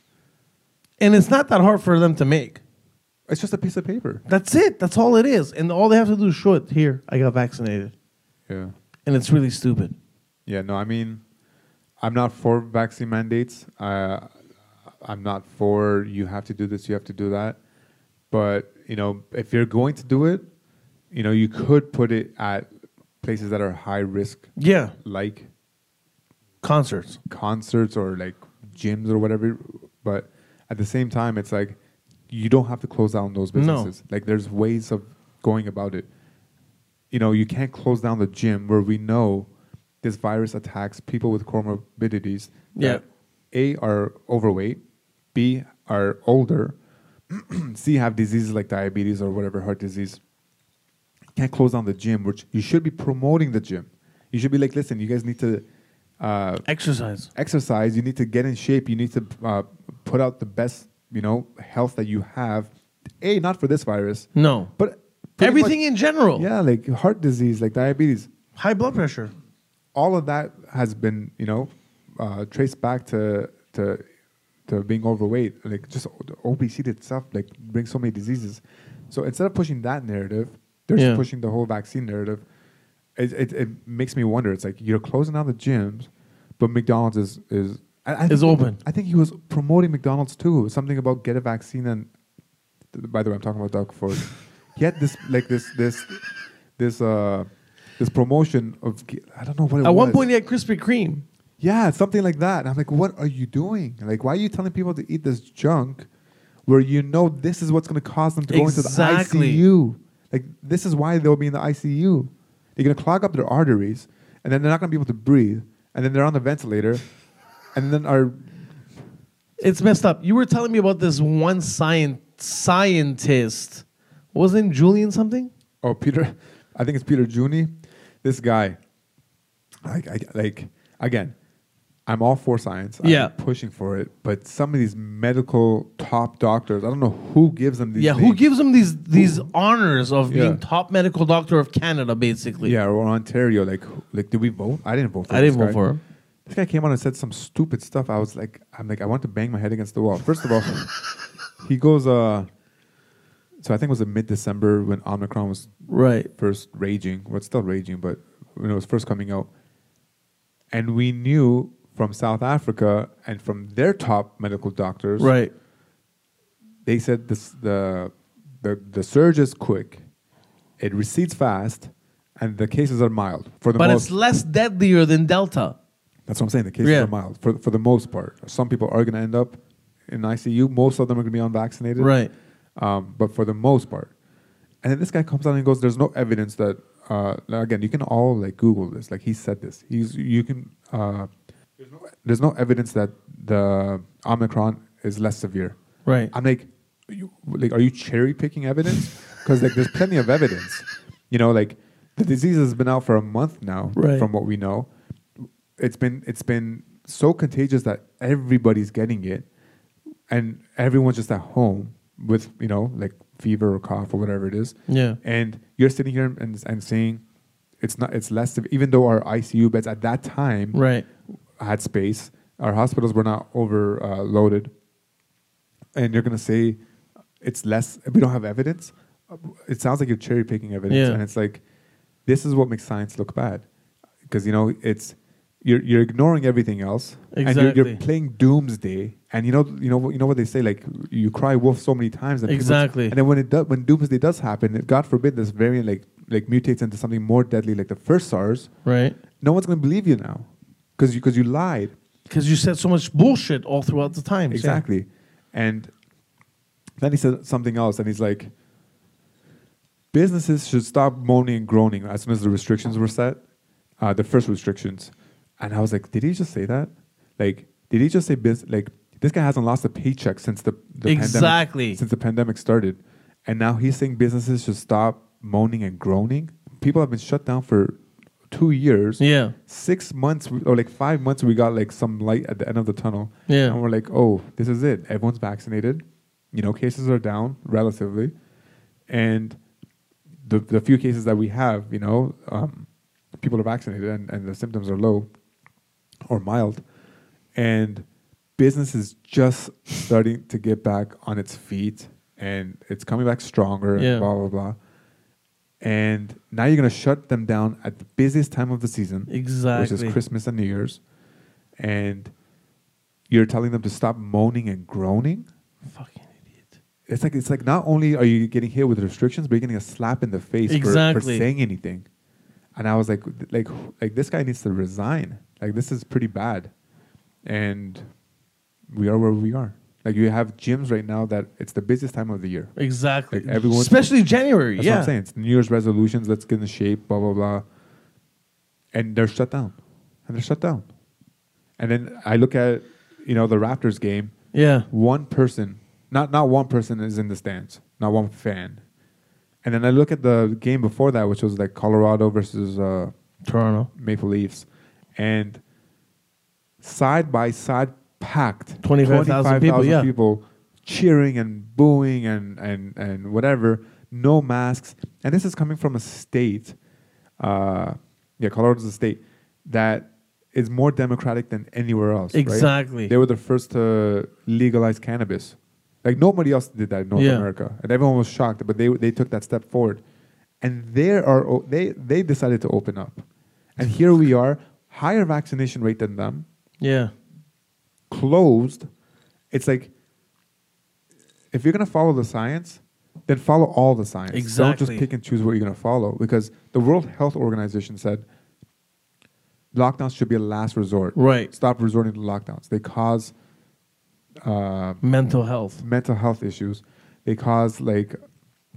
Speaker 2: and it's not that hard for them to make.
Speaker 3: It's just a piece of paper.
Speaker 2: That's it. That's all it is. And all they have to do is show it here. I got vaccinated,
Speaker 3: Yeah,
Speaker 2: and it's really stupid.
Speaker 3: yeah. No, I mean, I'm not for vaccine mandates. Uh, I'm not for you have to do this, you have to do that. But you know, if you're going to do it, you know, you could put it at places that are high risk,
Speaker 2: Yeah,
Speaker 3: like
Speaker 2: concerts.
Speaker 3: concerts or like gyms or whatever. But at the same time, it's like you don't have to close down those
Speaker 2: No.
Speaker 3: businesses. Like there's ways of going about it. You know, you can't close down the gym where we know this virus attacks people with comorbidities. that A are overweight, B are older, [CLEARS THROAT] C have diseases like diabetes or whatever heart disease can't close down the gym, which you should be promoting the gym. You should be like, listen, you guys need to uh,
Speaker 2: Exercise.
Speaker 3: exercise. You need to get in shape. You need to uh, put out the best, you know, health that you have. A, not for this virus,
Speaker 2: No,
Speaker 3: but pretty much-
Speaker 2: everything in general.
Speaker 3: yeah, like heart disease, like diabetes,
Speaker 2: High blood pressure.
Speaker 3: all of that has been, you know, uh, traced back to to to being overweight. Like just o- the obesity itself, like brings so many diseases. So instead of pushing that narrative, they're
Speaker 2: Yeah.
Speaker 3: just pushing the whole vaccine narrative. It, it it makes me wonder. It's like you're closing down the gyms, but McDonald's is is I, I
Speaker 2: It's
Speaker 3: think-
Speaker 2: open.
Speaker 3: I think he was promoting McDonald's too. Something about get a vaccine and. By the way, I'm talking about Doug Ford. he had this like this this this uh this promotion of ge- I don't know what it
Speaker 2: At
Speaker 3: was.
Speaker 2: one point, he had Krispy Kreme.
Speaker 3: Yeah, something like that. And I'm like, what are you doing? Like, why are you telling people to eat this junk where you know this is what's going to cause them to go
Speaker 2: Exactly.
Speaker 3: into the ICU? Like, this is why they'll be in the ICU. They're going to clog up their arteries, and then they're not going to be able to breathe, and then they're on the ventilator, and then our
Speaker 2: It's messed up. You were telling me about this one science scientist. Wasn't Julian something?
Speaker 3: oh Peter, I think it's Peter Juni, this guy. Like, I, like again, I'm all for science.
Speaker 2: Yeah.
Speaker 3: I'm pushing for it, but some of these medical top doctors, I don't know who gives them these.
Speaker 2: yeah, who
Speaker 3: names.
Speaker 2: gives him these these honors of
Speaker 3: Yeah.
Speaker 2: being top medical doctor of Canada, basically?
Speaker 3: Yeah, or Ontario. Like, who- like, did we vote? I didn't vote. for
Speaker 2: I
Speaker 3: this
Speaker 2: didn't vote
Speaker 3: guy.
Speaker 2: for him.
Speaker 3: This guy came out and said some stupid stuff. I was like, I'm like, I want to bang my head against the wall.
Speaker 2: [LAUGHS]
Speaker 3: First of all, he goes. uh So I think it was in mid-December when Omicron was
Speaker 2: Right.
Speaker 3: first raging. Well, it's still raging, but when it was first coming out, and we knew from South Africa and from their top medical doctors,
Speaker 2: Right.
Speaker 3: they said this, the, the the surge is quick, it recedes fast, and the cases are mild for the
Speaker 2: But
Speaker 3: most.
Speaker 2: it's less deadlier than Delta.
Speaker 3: That's what I'm saying. The cases
Speaker 2: Yeah.
Speaker 3: are mild for for the most part. Some people are going to end up in ICU. Most of them are going to be unvaccinated,
Speaker 2: Right.
Speaker 3: Um, but for the most part, and then this guy comes out and goes, "There's no evidence that." Uh, now again, you can all like Google this. Like he said this. He's you can. Uh, there's, no, there's no evidence that the Omicron is less severe.
Speaker 2: Right.
Speaker 3: I'm like, you, like, are you cherry picking evidence? Because like, there's plenty of evidence. You know, like the disease has been out for a month now,
Speaker 2: Right.
Speaker 3: from what we know. It's been it's been so contagious that everybody's getting it, and everyone's just at home with you know like fever or cough or whatever it is.
Speaker 2: Yeah.
Speaker 3: And you're sitting here and and saying it's not it's less severe, even though our ICU beds at that time
Speaker 2: Right.
Speaker 3: had space. Our hospitals were not overloaded. and you're going to say it's less, we don't have evidence. It sounds like you're cherry picking evidence.
Speaker 2: Yeah.
Speaker 3: And it's like, this is what makes science look bad. Because, you know, it's, you're, you're ignoring everything else. And you're, you're
Speaker 2: Exactly.
Speaker 3: playing doomsday. And you know, you know, what- you know what they say, like you cry wolf so many times. And people-
Speaker 2: Exactly.
Speaker 3: And then when it does, when doomsday does happen, God forbid this variant like, like mutates into something more deadly like the first SARS,
Speaker 2: Right.
Speaker 3: no one's going to believe you now because you, 'cause you lied.
Speaker 2: Because you said so much bullshit all throughout the time.
Speaker 3: Exactly. And then he said something else, and he's like, businesses should stop moaning and groaning as soon as the restrictions were set, uh, the first restrictions. And I was like, did he just say that? Like, did he just say bus Like, this guy hasn't lost a paycheck since the, the
Speaker 2: Exactly.
Speaker 3: pandemic, since the pandemic started, and now he's saying businesses should stop moaning and groaning. People have been shut down for two years
Speaker 2: Yeah.
Speaker 3: six months we- or like five months we got like some light at the end of the tunnel
Speaker 2: Yeah.
Speaker 3: and we're like oh this is it everyone's vaccinated you know cases are down relatively and the, the few cases that we have you know um, people are vaccinated and, and the symptoms are low or mild and business is just starting to get back on its feet and it's coming back stronger
Speaker 2: Yeah.
Speaker 3: and blah blah blah and now you're going to shut them down at the busiest time of the season which
Speaker 2: Exactly.
Speaker 3: is Christmas and New Year's, and you're telling them to stop moaning and groaning.
Speaker 2: Fucking idiot.
Speaker 3: It's like it's like not only are you getting hit with restrictions, but you're getting a slap in the face for- for,
Speaker 2: Exactly.
Speaker 3: saying anything. And I was like, like, like this guy needs to resign. Like this is pretty bad, and we are where we are. Like you have gyms right now that it's the busiest time of the year.
Speaker 2: Exactly.
Speaker 3: Like, everyone-
Speaker 2: Especially January.
Speaker 3: That's
Speaker 2: yeah.
Speaker 3: what I'm saying. It's New Year's resolutions. Let's get in shape. Blah blah blah. And they're shut down. And they're shut down. And then I look at you know the Raptors game.
Speaker 2: Yeah.
Speaker 3: One person, not not one person is in the stands. Not one fan. And then I look at the game before that, which was like Colorado versus uh,
Speaker 2: Toronto.
Speaker 3: Maple Leafs, and side by side, packed
Speaker 2: 25,000 people,
Speaker 3: 25,000
Speaker 2: yeah.
Speaker 3: people cheering and booing and, and, and whatever, no masks. And this is coming from a state, uh, yeah, Colorado's a state that is more democratic than anywhere else. right?
Speaker 2: Exactly.
Speaker 3: They were the first to legalize cannabis. Like nobody else did that in North
Speaker 2: Yeah.
Speaker 3: America, and everyone was shocked. But they they took that step forward, and there are o- they they decided to open up, and here we are, higher vaccination rate than them,
Speaker 2: Yeah.
Speaker 3: closed. It's like if you're gonna follow the science, then follow all the science. Don't
Speaker 2: Exactly.
Speaker 3: just pick and choose what you're gonna follow because the World Health Organization said lockdowns should be a last resort.
Speaker 2: Right.
Speaker 3: Stop resorting to lockdowns. They cause uh,
Speaker 2: Mental health,
Speaker 3: mental health issues. They cause like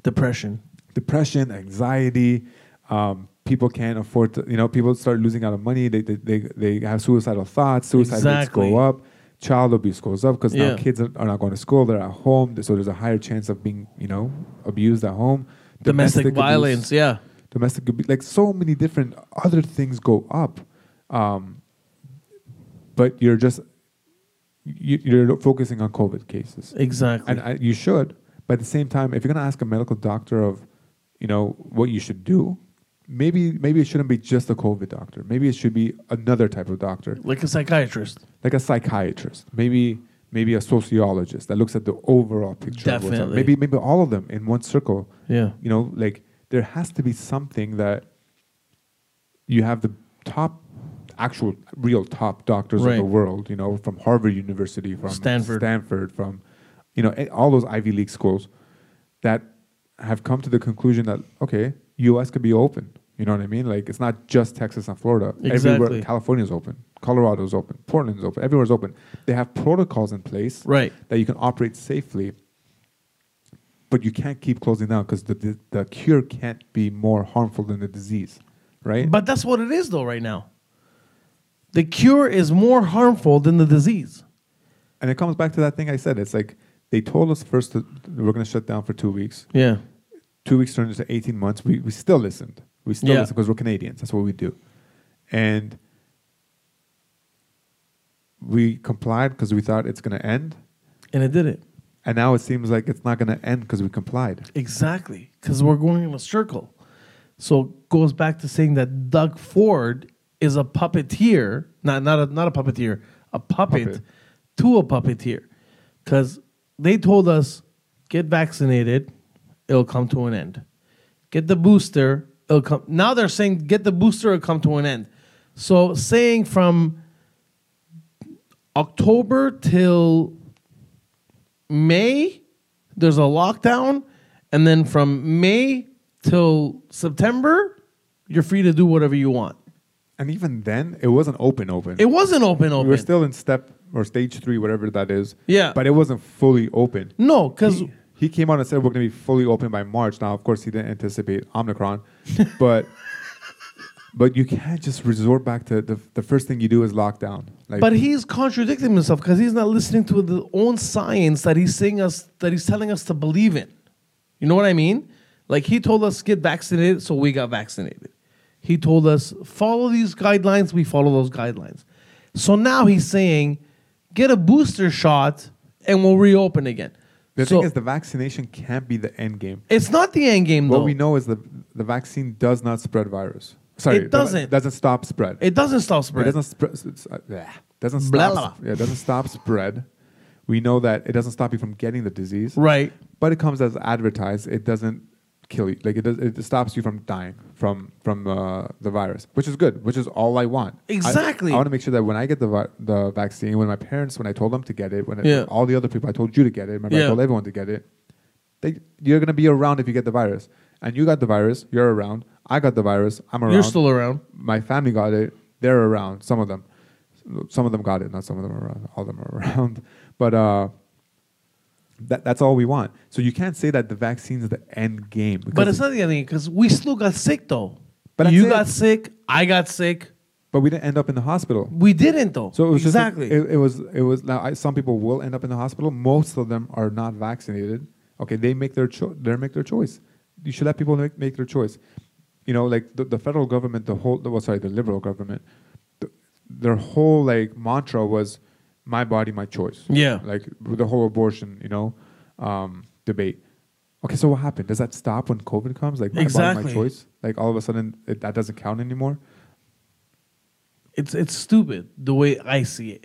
Speaker 2: depression.
Speaker 3: depression, anxiety. Um, people can't afford to, you know, people start losing out of money. They, they, they, they have suicidal thoughts. Suicide rates
Speaker 2: Exactly.
Speaker 3: go up. Child abuse goes up because
Speaker 2: Yeah.
Speaker 3: now kids are are not going to school. They're at home. So there's a higher chance of being, you know, abused at home.
Speaker 2: Domestic,
Speaker 3: abuse,
Speaker 2: violence, yeah.
Speaker 3: Domestic abuse. Like so many different other things go up. Um, but you're just, you, you're focusing on COVID cases
Speaker 2: Exactly.
Speaker 3: and I, you should. But at the same time, if you're going to ask a medical doctor of, you know, what you should do, maybe maybe it shouldn't be just a COVID doctor. Maybe it should be another type of doctor,
Speaker 2: like a psychiatrist.
Speaker 3: like a psychiatrist. Maybe maybe a sociologist that looks at the overall picture. of what's up.
Speaker 2: Definitely.
Speaker 3: Maybe maybe all of them in one circle.
Speaker 2: Yeah.
Speaker 3: You know, like there has to be something that you have the top actual real top doctors of
Speaker 2: Right.
Speaker 3: the world, you know, from Harvard University, from
Speaker 2: Stanford.
Speaker 3: Stanford, from you know a- all those Ivy League schools that have come to the conclusion that okay, U.S. could be open. You know what I mean? Like it's not just Texas and Florida.
Speaker 2: Exactly.
Speaker 3: Everywhere, California's open, Colorado's open, Portland's open, everywhere's open. They have protocols in place
Speaker 2: Right.
Speaker 3: that you can operate safely. But you can't keep closing down because the, the the cure can't be more harmful than the disease, right?
Speaker 2: But that's what it is, though, right now. The cure is more harmful than the disease.
Speaker 3: And it comes back to that thing I said. It's like they told us first that we're going to shut down for two weeks.
Speaker 2: Yeah.
Speaker 3: Two weeks turned into 18 months. We, we still listened. We still
Speaker 2: Yeah.
Speaker 3: listened because we're Canadians. That's what we do. And we complied because we thought it's going to end.
Speaker 2: And it did it.
Speaker 3: And now it seems like it's not going to end because we complied.
Speaker 2: Exactly. Because we're going in a circle. So it goes back to saying that Doug Ford is a puppeteer, not, not, a, not a puppeteer, a puppet,
Speaker 3: Puppet.
Speaker 2: to a puppeteer. Because they told us get vaccinated, it'll come to an end. Get the booster, it'll come. Now they're saying get the booster, it'll come to an end. So saying from October till May, there's a lockdown, and then from May till September, you're free to do whatever you want.
Speaker 3: And even then, it wasn't open, open.
Speaker 2: It wasn't open, open.
Speaker 3: we were still in step or stage three, whatever that is.
Speaker 2: Yeah.
Speaker 3: But it wasn't fully open.
Speaker 2: no, because
Speaker 3: he, he came out and said we're going to be fully open by March. Now, of course, he didn't anticipate
Speaker 2: [LAUGHS]
Speaker 3: Omicron, but but you can't just resort back to the, the first thing you do is lockdown. Like,
Speaker 2: but he's contradicting himself because he's not listening to the own science that he's saying us that he's telling us to believe in. You know what I mean? Like he told us get vaccinated, so we got vaccinated. He told us follow these guidelines, we follow those guidelines. So now he's saying get a booster shot and we'll reopen again.
Speaker 3: the
Speaker 2: so
Speaker 3: thing is, the vaccination can't be the end game.
Speaker 2: it's not the end game
Speaker 3: What
Speaker 2: though.
Speaker 3: we know is the the vaccine does not spread virus. Sorry, the va-
Speaker 2: doesn't.
Speaker 3: doesn't stop spread.
Speaker 2: it doesn't stop
Speaker 3: It
Speaker 2: spread.
Speaker 3: doesn't spread. s- s- uh, bleh. Doesn't stop.
Speaker 2: Blah,
Speaker 3: s-
Speaker 2: blah.
Speaker 3: Yeah, it doesn't stop spread. We know that it doesn't stop you from getting the disease.
Speaker 2: Right.
Speaker 3: But it comes as advertised. It doesn't kill you. Like it does. It stops you from dying from from uh, the virus, which is good. Which is all I want. I-
Speaker 2: Exactly.
Speaker 3: I, want to make sure that when I get the vi- the vaccine, when my parents, when I told them to get it, when it-
Speaker 2: Yeah.
Speaker 3: all the other people, I told you to get it. Remember,
Speaker 2: Yeah.
Speaker 3: I told everyone to get it. They, you're gonna be around if you get the virus, and you got the virus. You're around. I got the virus. I'm around
Speaker 2: You're still around.
Speaker 3: my family got it. They're around. Some of them, some of them got it. Not some of them are around. All of them are [LAUGHS] around. But uh, that, that's all we want. So you can't say that the vaccine is the end game.
Speaker 2: But
Speaker 3: because-
Speaker 2: it's not the end game because we still got sick though.
Speaker 3: But
Speaker 2: But
Speaker 3: that's
Speaker 2: you
Speaker 3: it.
Speaker 2: got sick, I got sick.
Speaker 3: but we didn't end up in the hospital.
Speaker 2: We didn't though.
Speaker 3: So it was
Speaker 2: exactly.
Speaker 3: Just, it, it was. It was. Now I, some people will end up in the hospital. Most of them are not vaccinated. Okay, they make their cho- they make their choice. You should let people make, make their choice. You know, like the, the federal government, the whole. The, well, sorry, the liberal government. th their whole like mantra was, "My body, my choice."
Speaker 2: Yeah.
Speaker 3: Like with the whole abortion, you know, um, debate. Okay, so what happened? Does that stop when COVID comes? Like my body,
Speaker 2: Exactly.
Speaker 3: my choice. Like all of a sudden, it, that doesn't count anymore
Speaker 2: It's it's stupid the way I see it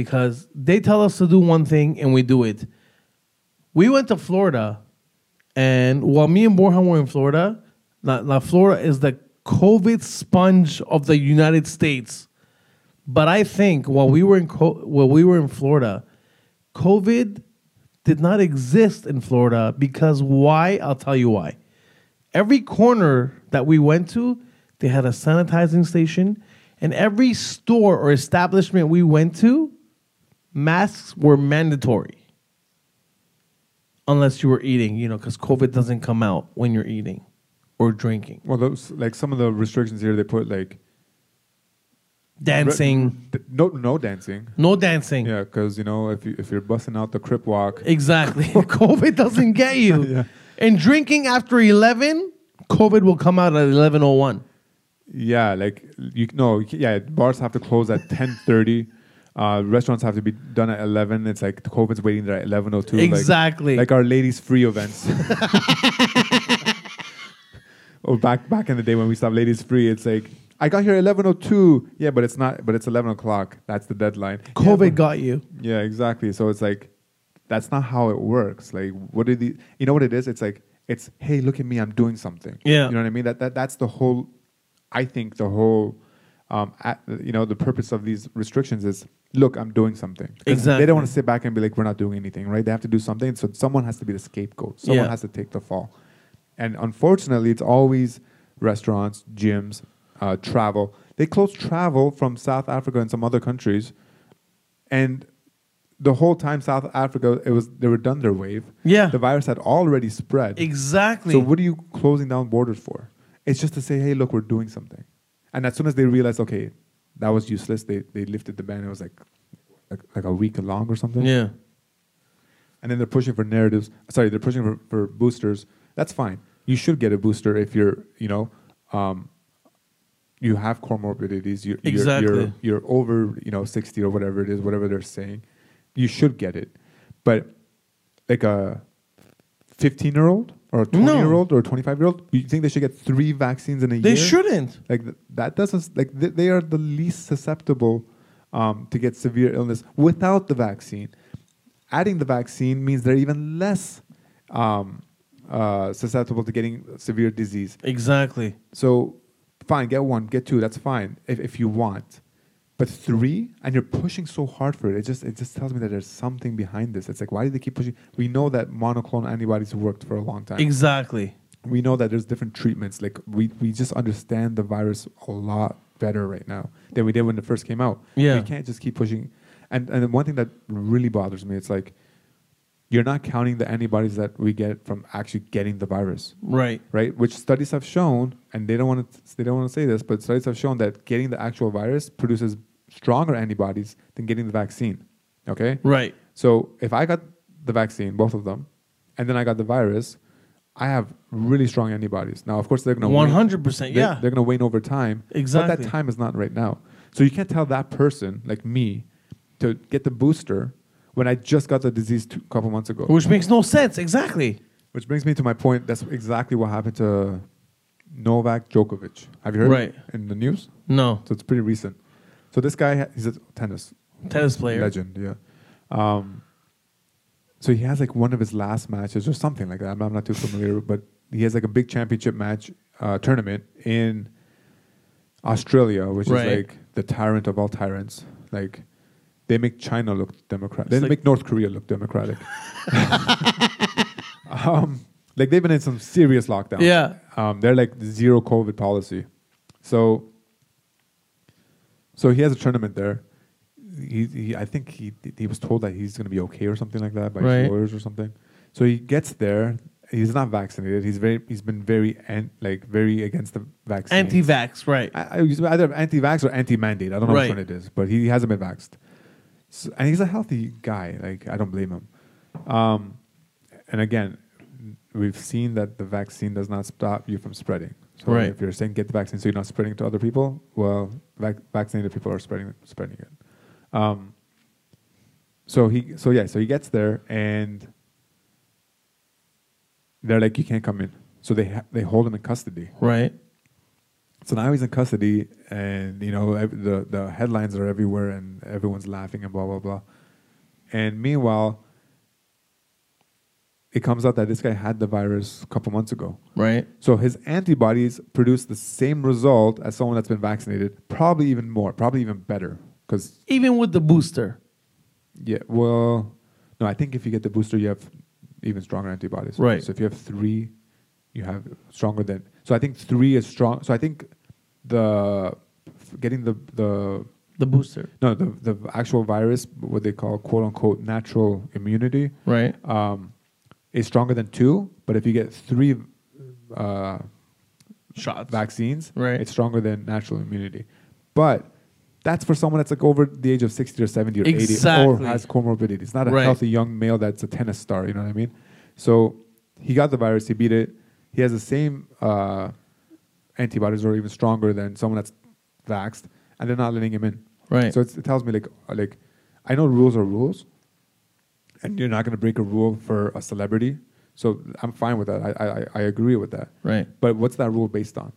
Speaker 2: because they tell us to do one thing and we do it. We went to Florida, and while me and Borja were in Florida, now, now Florida is the COVID sponge of the United States. But I think while we were in Co- while we were in Florida, COVID did not exist in Florida because why? I'll tell you why. Every corner that we went to, they had a sanitizing station, and every store or establishment we went to, masks were mandatory. Unless you were eating, you know, because COVID doesn't come out when you're eating or drinking,
Speaker 3: Well, those like some of the restrictions here they put like
Speaker 2: dancing,
Speaker 3: th- no no dancing.
Speaker 2: no dancing.
Speaker 3: Yeah, because you know if you if you're busting out the crip walk, [LAUGHS]
Speaker 2: Exactly. COVID doesn't get you.
Speaker 3: Yeah.
Speaker 2: And drinking after 11, COVID will come out at 11.01.
Speaker 3: yeah, like you no yeah bars have to close at ten thirty. Uh, restaurants have to be done at eleven. It's like the COVID's waiting there at eleven oh two.
Speaker 2: Exactly.
Speaker 3: like, our ladies free
Speaker 2: [LAUGHS]
Speaker 3: events. [LAUGHS] or back back in the day when we stopped ladies free, it's like I got here at eleven oh two. Yeah, but it's not. But it's eleven o'clock. That's the deadline. Yeah,
Speaker 2: COVID
Speaker 3: but-
Speaker 2: got you.
Speaker 3: Yeah, exactly. So it's like that's not how it works. Like what did the you know what it is? It's like it's hey, look at me, I'm doing something.
Speaker 2: Yeah.
Speaker 3: You know what I mean? That that that's the whole I think the whole um at, you know, the purpose of these restrictions is look, I'm doing something. 'Cause They
Speaker 2: Exactly.
Speaker 3: don't want to sit back and be like we're not doing anything, right? They have to do something. So someone has to be the scapegoat. Someone
Speaker 2: Yeah.
Speaker 3: has to take the fall. And unfortunately, it's always restaurants, gyms, uh, travel. They close travel from South Africa and some other countries and the whole time South Africa, it was they were done their wave.
Speaker 2: Yeah.
Speaker 3: the virus had already spread.
Speaker 2: Exactly.
Speaker 3: So what are you closing down borders for? It's just to say, hey, look, we're doing something. And as soon as they realized, okay, that was useless, they they lifted the ban. It was like like, like a week long or something.
Speaker 2: yeah.
Speaker 3: And then they're pushing for narratives. Sorry, they're pushing for, for boosters. That's fine. You should get a booster if you're, you know, um, you have comorbidities. You're, You're,
Speaker 2: Exactly.
Speaker 3: you're, you're over, you know, 60 or whatever it is, whatever they're saying. You should get it. But like a 15 year old or a 20 year old or a 25 year old, you think they should get three vaccines in a
Speaker 2: They
Speaker 3: year?
Speaker 2: shouldn't.
Speaker 3: Like th- that doesn't like th- they are the least susceptible um, to get severe illness without the vaccine. Adding the vaccine means they're even less um, uh, susceptible to getting severe disease.
Speaker 2: Exactly.
Speaker 3: So, fine, get one, get two. That's fine if, if you want. But three, and you're pushing so hard for it. It just it just tells me that there's something behind this. It's like why do they keep pushing? We know that monoclonal antibodies worked for a long time
Speaker 2: Exactly.
Speaker 3: we know that there's different treatments. Like we, we just understand the virus a lot better right now than we did when it first came out.
Speaker 2: Yeah.
Speaker 3: We can't just keep pushing. And and one thing that really bothers me, it's like you're not counting the antibodies that we get from actually getting the virus,
Speaker 2: Right.
Speaker 3: right? Which studies have shown, and they don't want to they don't want to say this, but studies have shown that getting the actual virus produces stronger antibodies than getting the vaccine. Okay.
Speaker 2: Right.
Speaker 3: So if I got the vaccine, both of them, and then I got the virus, I have really strong antibodies. Now, of course, they're going to
Speaker 2: 100%, yeah.
Speaker 3: they're going to wane over time. But
Speaker 2: Exactly.
Speaker 3: that time is not right now. So you can't tell that person like me to get the booster when I just got the disease two couple months ago.
Speaker 2: Which makes no sense. Exactly.
Speaker 3: Which brings me to my point. That's exactly what happened to Novak Djokovic. Have you heard
Speaker 2: Right.
Speaker 3: in the news?
Speaker 2: No.
Speaker 3: So it's pretty recent. So this guy, ha- he's a tennis
Speaker 2: Tennis player.
Speaker 3: legend. Yeah. Um, so he has like one of his last matches or something like that. I'm, I'm not too familiar, but he has like a big championship match uh, tournament in Australia, which
Speaker 2: Right.
Speaker 3: is like the tyrant of all tyrants. Like they make China look democratic. They
Speaker 2: It's like-
Speaker 3: make North Korea look democratic. [LAUGHS] um, like they've been in some serious lockdown.
Speaker 2: Yeah.
Speaker 3: Um, they're like zero COVID policy. So so he has a tournament there. He, he I think he he was told that he's going to be okay or something like that by
Speaker 2: Right.
Speaker 3: his lawyers or something. So he gets there. He's not vaccinated. He's very he's been very an, like very against the vaccine.
Speaker 2: Anti-vax. Right.
Speaker 3: I, I- he's either anti-vax or anti-mandate. I don't know
Speaker 2: Right.
Speaker 3: which one it is, but he, he hasn't been vaxxed. So, and he's a healthy guy. Like I don't blame him. Um, and again, we've seen that the vaccine does not stop you from spreading. So
Speaker 2: Right.
Speaker 3: if you're saying get the vaccine so you're not spreading it to other people, well, vac- vaccinated people are spreading spreading it. Um, so he so yeah so he gets there and they're like you can't come in. So they ha- they hold him in custody
Speaker 2: Right.
Speaker 3: So now he's in custody, and you know ev- the the headlines are everywhere, and everyone's laughing and blah blah blah. And meanwhile, it comes out that this guy had the virus a couple months ago.
Speaker 2: right?
Speaker 3: So his antibodies produce the same result as someone that's been vaccinated, probably even more, probably even better. Because
Speaker 2: Even with the booster,
Speaker 3: yeah, well, no, I think if you get the booster, you have even stronger antibodies.
Speaker 2: Right.
Speaker 3: So if you have three, you have stronger than. So I think three is strong. So I think the getting the the
Speaker 2: the booster,
Speaker 3: no the the actual virus, what they call quote unquote natural immunity,
Speaker 2: right?
Speaker 3: um, is stronger than two. But if you get three. Uh,
Speaker 2: Shots.
Speaker 3: vaccines,
Speaker 2: Right.
Speaker 3: it's stronger than natural immunity. But that's for someone that's like over the age of 60 or 70 or 80
Speaker 2: Exactly.
Speaker 3: or has comorbidities, not a
Speaker 2: Right.
Speaker 3: healthy young male that's a tennis star, you know what I mean? So he got the virus, he beat it. He has the same uh, antibodies or even stronger than someone that's vaxxed, and they're not letting him in.
Speaker 2: Right.
Speaker 3: So it's, it tells me, like, like, I know rules are rules, and you're not going to break a rule for a celebrity. So I'm fine with that. I, I, I agree with that.
Speaker 2: Right.
Speaker 3: But what's that rule based on?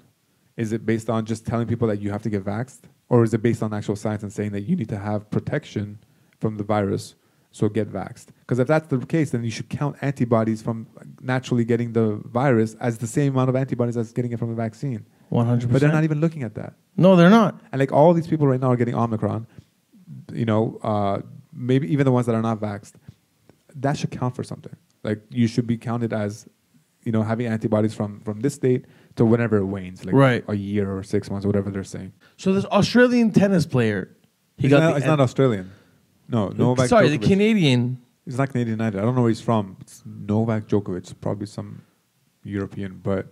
Speaker 3: Is it based on just telling people that you have to get vaxxed? Or is it based on actual science and saying that you need to have protection from the virus, so get vaxxed? Because if that's the case, then you should count antibodies from naturally getting the virus as the same amount of antibodies as getting it from the vaccine.
Speaker 2: One hundred
Speaker 3: But they're not
Speaker 2: percent.
Speaker 3: even looking at that.
Speaker 2: No, they're not.
Speaker 3: And like all these people right now are getting Omicron, you know, uh, maybe even the ones that are not vaxxed. That should count for something. Like you should be counted as, you know, having antibodies from from this date to whenever it wanes, like
Speaker 2: Right.
Speaker 3: a year or six months, whatever they're saying.
Speaker 2: So this Australian tennis player, he
Speaker 3: He's
Speaker 2: got
Speaker 3: not,
Speaker 2: the
Speaker 3: he's
Speaker 2: an-
Speaker 3: not Australian. No, Novak.
Speaker 2: sorry,
Speaker 3: Djokovic.
Speaker 2: the Canadian.
Speaker 3: He's not Canadian either. I don't know where he's from. It's Novak Djokovic, probably some European, but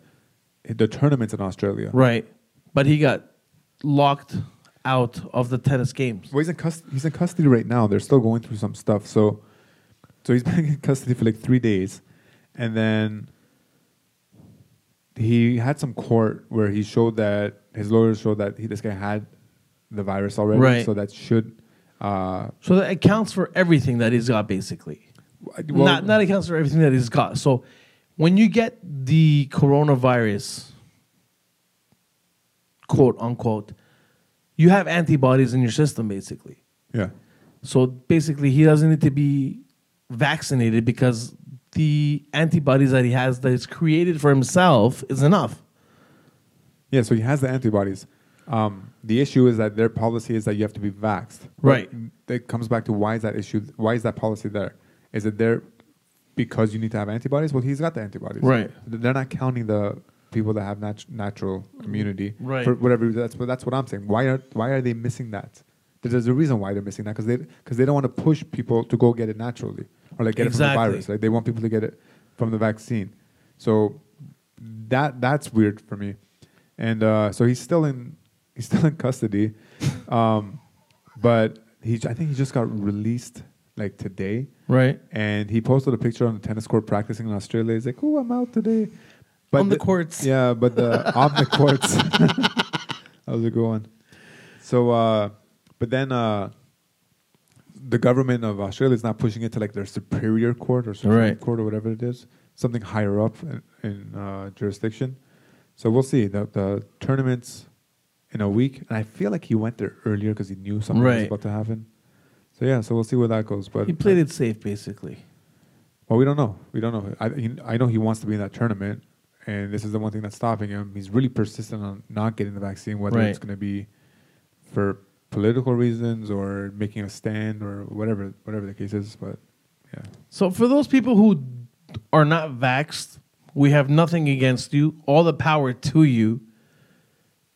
Speaker 3: the tournament's in Australia.
Speaker 2: Right. But he got locked out of the tennis games.
Speaker 3: Well, he's in custody. He's in custody right now. They're still going through some stuff. So, so he's [LAUGHS] been in custody for like three days, and then he had some court where he showed that his lawyers showed that he, this guy had the virus already.
Speaker 2: Right.
Speaker 3: So that should. Uh,
Speaker 2: So that accounts for everything that he's got basically.
Speaker 3: well,
Speaker 2: not not accounts for everything that he's got. So when you get the coronavirus quote unquote, you have antibodies in your system basically.
Speaker 3: yeah.
Speaker 2: So basically, he doesn't need to be vaccinated because the antibodies that he has that he's created for himself is enough.
Speaker 3: Yeah, so he has the antibodies. Um, the issue is that their policy is that you have to be vaxxed. But
Speaker 2: Right.
Speaker 3: It comes back to why is that issue? Why is that policy there? Is it there because you need to have antibodies? Well, he's got the antibodies.
Speaker 2: Right.
Speaker 3: Th- They're not counting the people that have nat- natural immunity.
Speaker 2: Right.
Speaker 3: For whatever. That's what that's what I'm saying. Why are why are they missing that? There- There's a reason why they're missing that because they because they don't want to push people to go get it naturally or like get it from
Speaker 2: Exactly.
Speaker 3: the virus. Like they want people to get it from the vaccine. So that that's weird for me. And uh, so he's still in [LAUGHS] he's still in custody, um, but he I think he just got released like today.
Speaker 2: Right.
Speaker 3: And he posted a picture on the tennis court practicing in Australia. He's like, "Oh, I'm out today." But
Speaker 2: On the courts.
Speaker 3: Yeah, but
Speaker 2: [LAUGHS]
Speaker 3: the on the courts. [LAUGHS] that was a good one. So, uh, but then uh, the government of Australia is not pushing it to like their superior court or supreme
Speaker 2: Right.
Speaker 3: court or whatever it is, something higher up in, in uh, jurisdiction. So we'll see. The, the tournaments in a week, and I feel like he went there earlier because he knew something was
Speaker 2: Right.
Speaker 3: about to happen. So yeah, so we'll see where that goes. But
Speaker 2: He played it safe, basically.
Speaker 3: well, we don't know. We don't know. I, he, I know he wants to be in that tournament, and this is the one thing that's stopping him. He's really persistent on not getting the vaccine, whether
Speaker 2: Right.
Speaker 3: it's going to be for political reasons or making a stand or whatever, whatever the case is. But yeah,
Speaker 2: So for those people who are not vaxxed, we have nothing against you. All the power to you.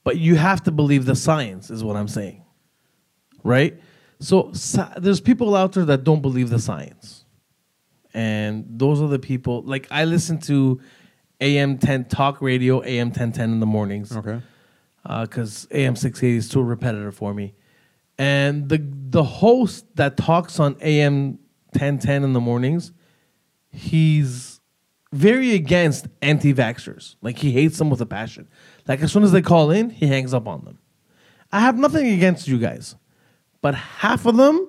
Speaker 2: But you have to believe the science, is what I'm saying. Right? So, sci- there's people out there that don't believe the science. And those are the people, like I listen to AM 10 talk radio, AM 1010 in the mornings Uh,
Speaker 3: okay,
Speaker 2: because AM 680 is too repetitive for me. And the the host that talks on AM 1010 in the mornings, he's very against anti-vaxxers. Like he hates them with a passion. Like as soon as they call in, he hangs up on them. I have nothing against you guys, but half of them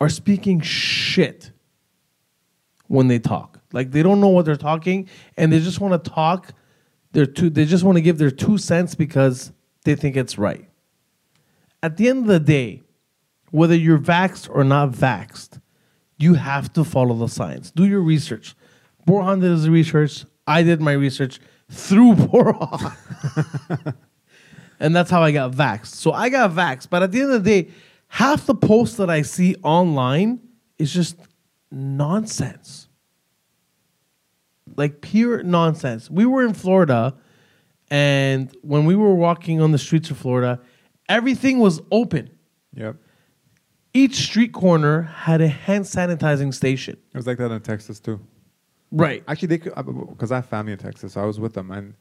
Speaker 2: are speaking shit when they talk. Like they don't know what they're talking and they just want to talk They're two. They just want to give their two cents because they think it's right. At the end of the day, whether you're vaxxed or not vaxxed, you have to follow the science. Do your research. Borhan did his research. I did my research through [LAUGHS] Borhan. and that's how I got vaxxed. So I got vaxxed, but at the end of the day, half the posts that I see online is just nonsense. Like pure nonsense. We were in Florida, and when we were walking on the streets of Florida, everything was open.
Speaker 3: Yep.
Speaker 2: Each street corner had a hand sanitizing station.
Speaker 3: It was like that in Texas too.
Speaker 2: Right.
Speaker 3: Actually, they because I have family in Texas, so I was with them, and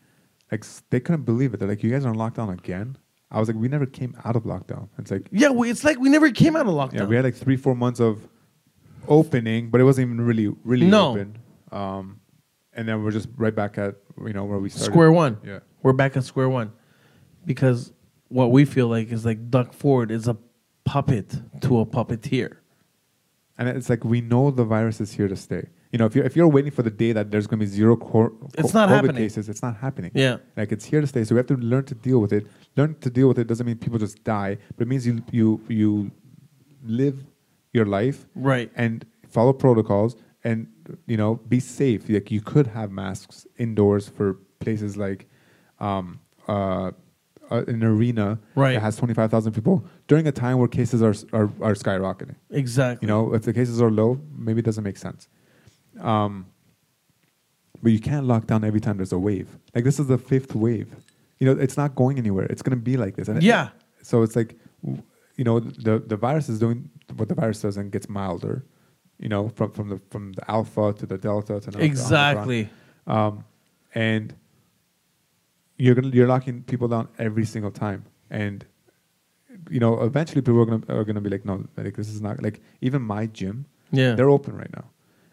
Speaker 3: like s- they couldn't believe it. They're like, "You guys are on lockdown again." I was like, "We never came out of lockdown." It's like,
Speaker 2: Yeah, we, it's like we never came out of lockdown.
Speaker 3: yeah, we had like three, four months of opening, but it wasn't even really, really
Speaker 2: No.
Speaker 3: open. Um, and then we're just right back at you know where we started.
Speaker 2: square one.
Speaker 3: Yeah.
Speaker 2: We're back at square one. Because what we feel like is like Doug Ford is a puppet to a puppeteer.
Speaker 3: And it's like we know the virus is here to stay. You know, if you're if you're waiting for the day that there's going to be zero cor-
Speaker 2: It's
Speaker 3: co-
Speaker 2: not
Speaker 3: COVID
Speaker 2: happening.
Speaker 3: cases, it's not happening.
Speaker 2: Yeah.
Speaker 3: like it's here to stay. So we have to learn to deal with it. Learn to deal with it doesn't mean people just die, but it means you you you live your life
Speaker 2: Right.
Speaker 3: and follow protocols and you know be safe. Like you could have masks indoors for places like um, uh, uh, an arena
Speaker 2: Right.
Speaker 3: that has twenty five thousand people during a time where cases are are, are skyrocketing.
Speaker 2: Exactly.
Speaker 3: You know, if the cases are low, maybe it doesn't make sense. Um, but you can't lock down every time there's a wave. Like this is the fifth wave. You know, it's not going anywhere. It's going to be like this. And it-
Speaker 2: Yeah.
Speaker 3: so it's like, w- you know, the the virus is doing what the virus does and gets milder. You know, from from the from the alpha to the delta to now the
Speaker 2: exactly.
Speaker 3: Omicron. Um, and you're gonna, you're locking people down every single time, and you know eventually people are gonna are gonna be like, no, like this is not like even my gym.
Speaker 2: Yeah.
Speaker 3: they're open right now.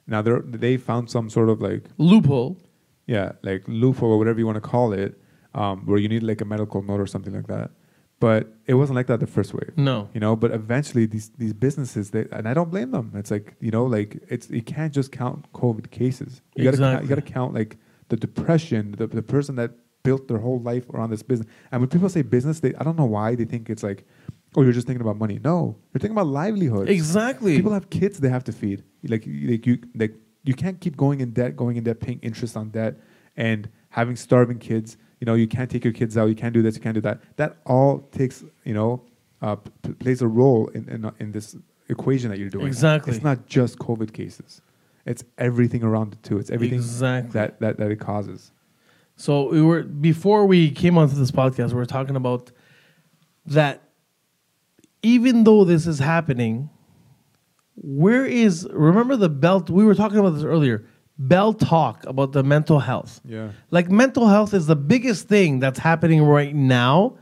Speaker 3: Now they're they found some sort of like
Speaker 2: Loophole.
Speaker 3: yeah like loophole or whatever you want to call it, um, where you need like a medical note or something like that. But it wasn't like that the first wave.
Speaker 2: No.
Speaker 3: You know, but eventually these these businesses they and I don't blame them. It's like, you know, like it's you can't just count COVID cases. You gotta count,
Speaker 2: Exactly.
Speaker 3: you gotta count like the depression, the, the person that built their whole life around this business. And when people say business, they I don't know why they think it's like, oh, you're just thinking about money. No, you're thinking about livelihoods.
Speaker 2: Exactly.
Speaker 3: People have kids they have to feed. Like you- like you like you can't keep going in debt, going in debt, paying interest on debt, and having starving kids. You know, you can't take your kids out. You can't do this. You can't do that. That all takes you know uh, p- p- plays a role in, in in this equation that you're doing.
Speaker 2: Exactly.
Speaker 3: It's not just COVID cases. It's everything around it too. It's everything
Speaker 2: Exactly.
Speaker 3: that, that that it causes.
Speaker 2: So we were before we came onto this podcast, we were talking about that even though this is happening, where is remember the belt we well? We were talking about this earlier. Bell talk about the mental health.
Speaker 3: Yeah.
Speaker 2: Like mental health is the biggest thing that's happening right now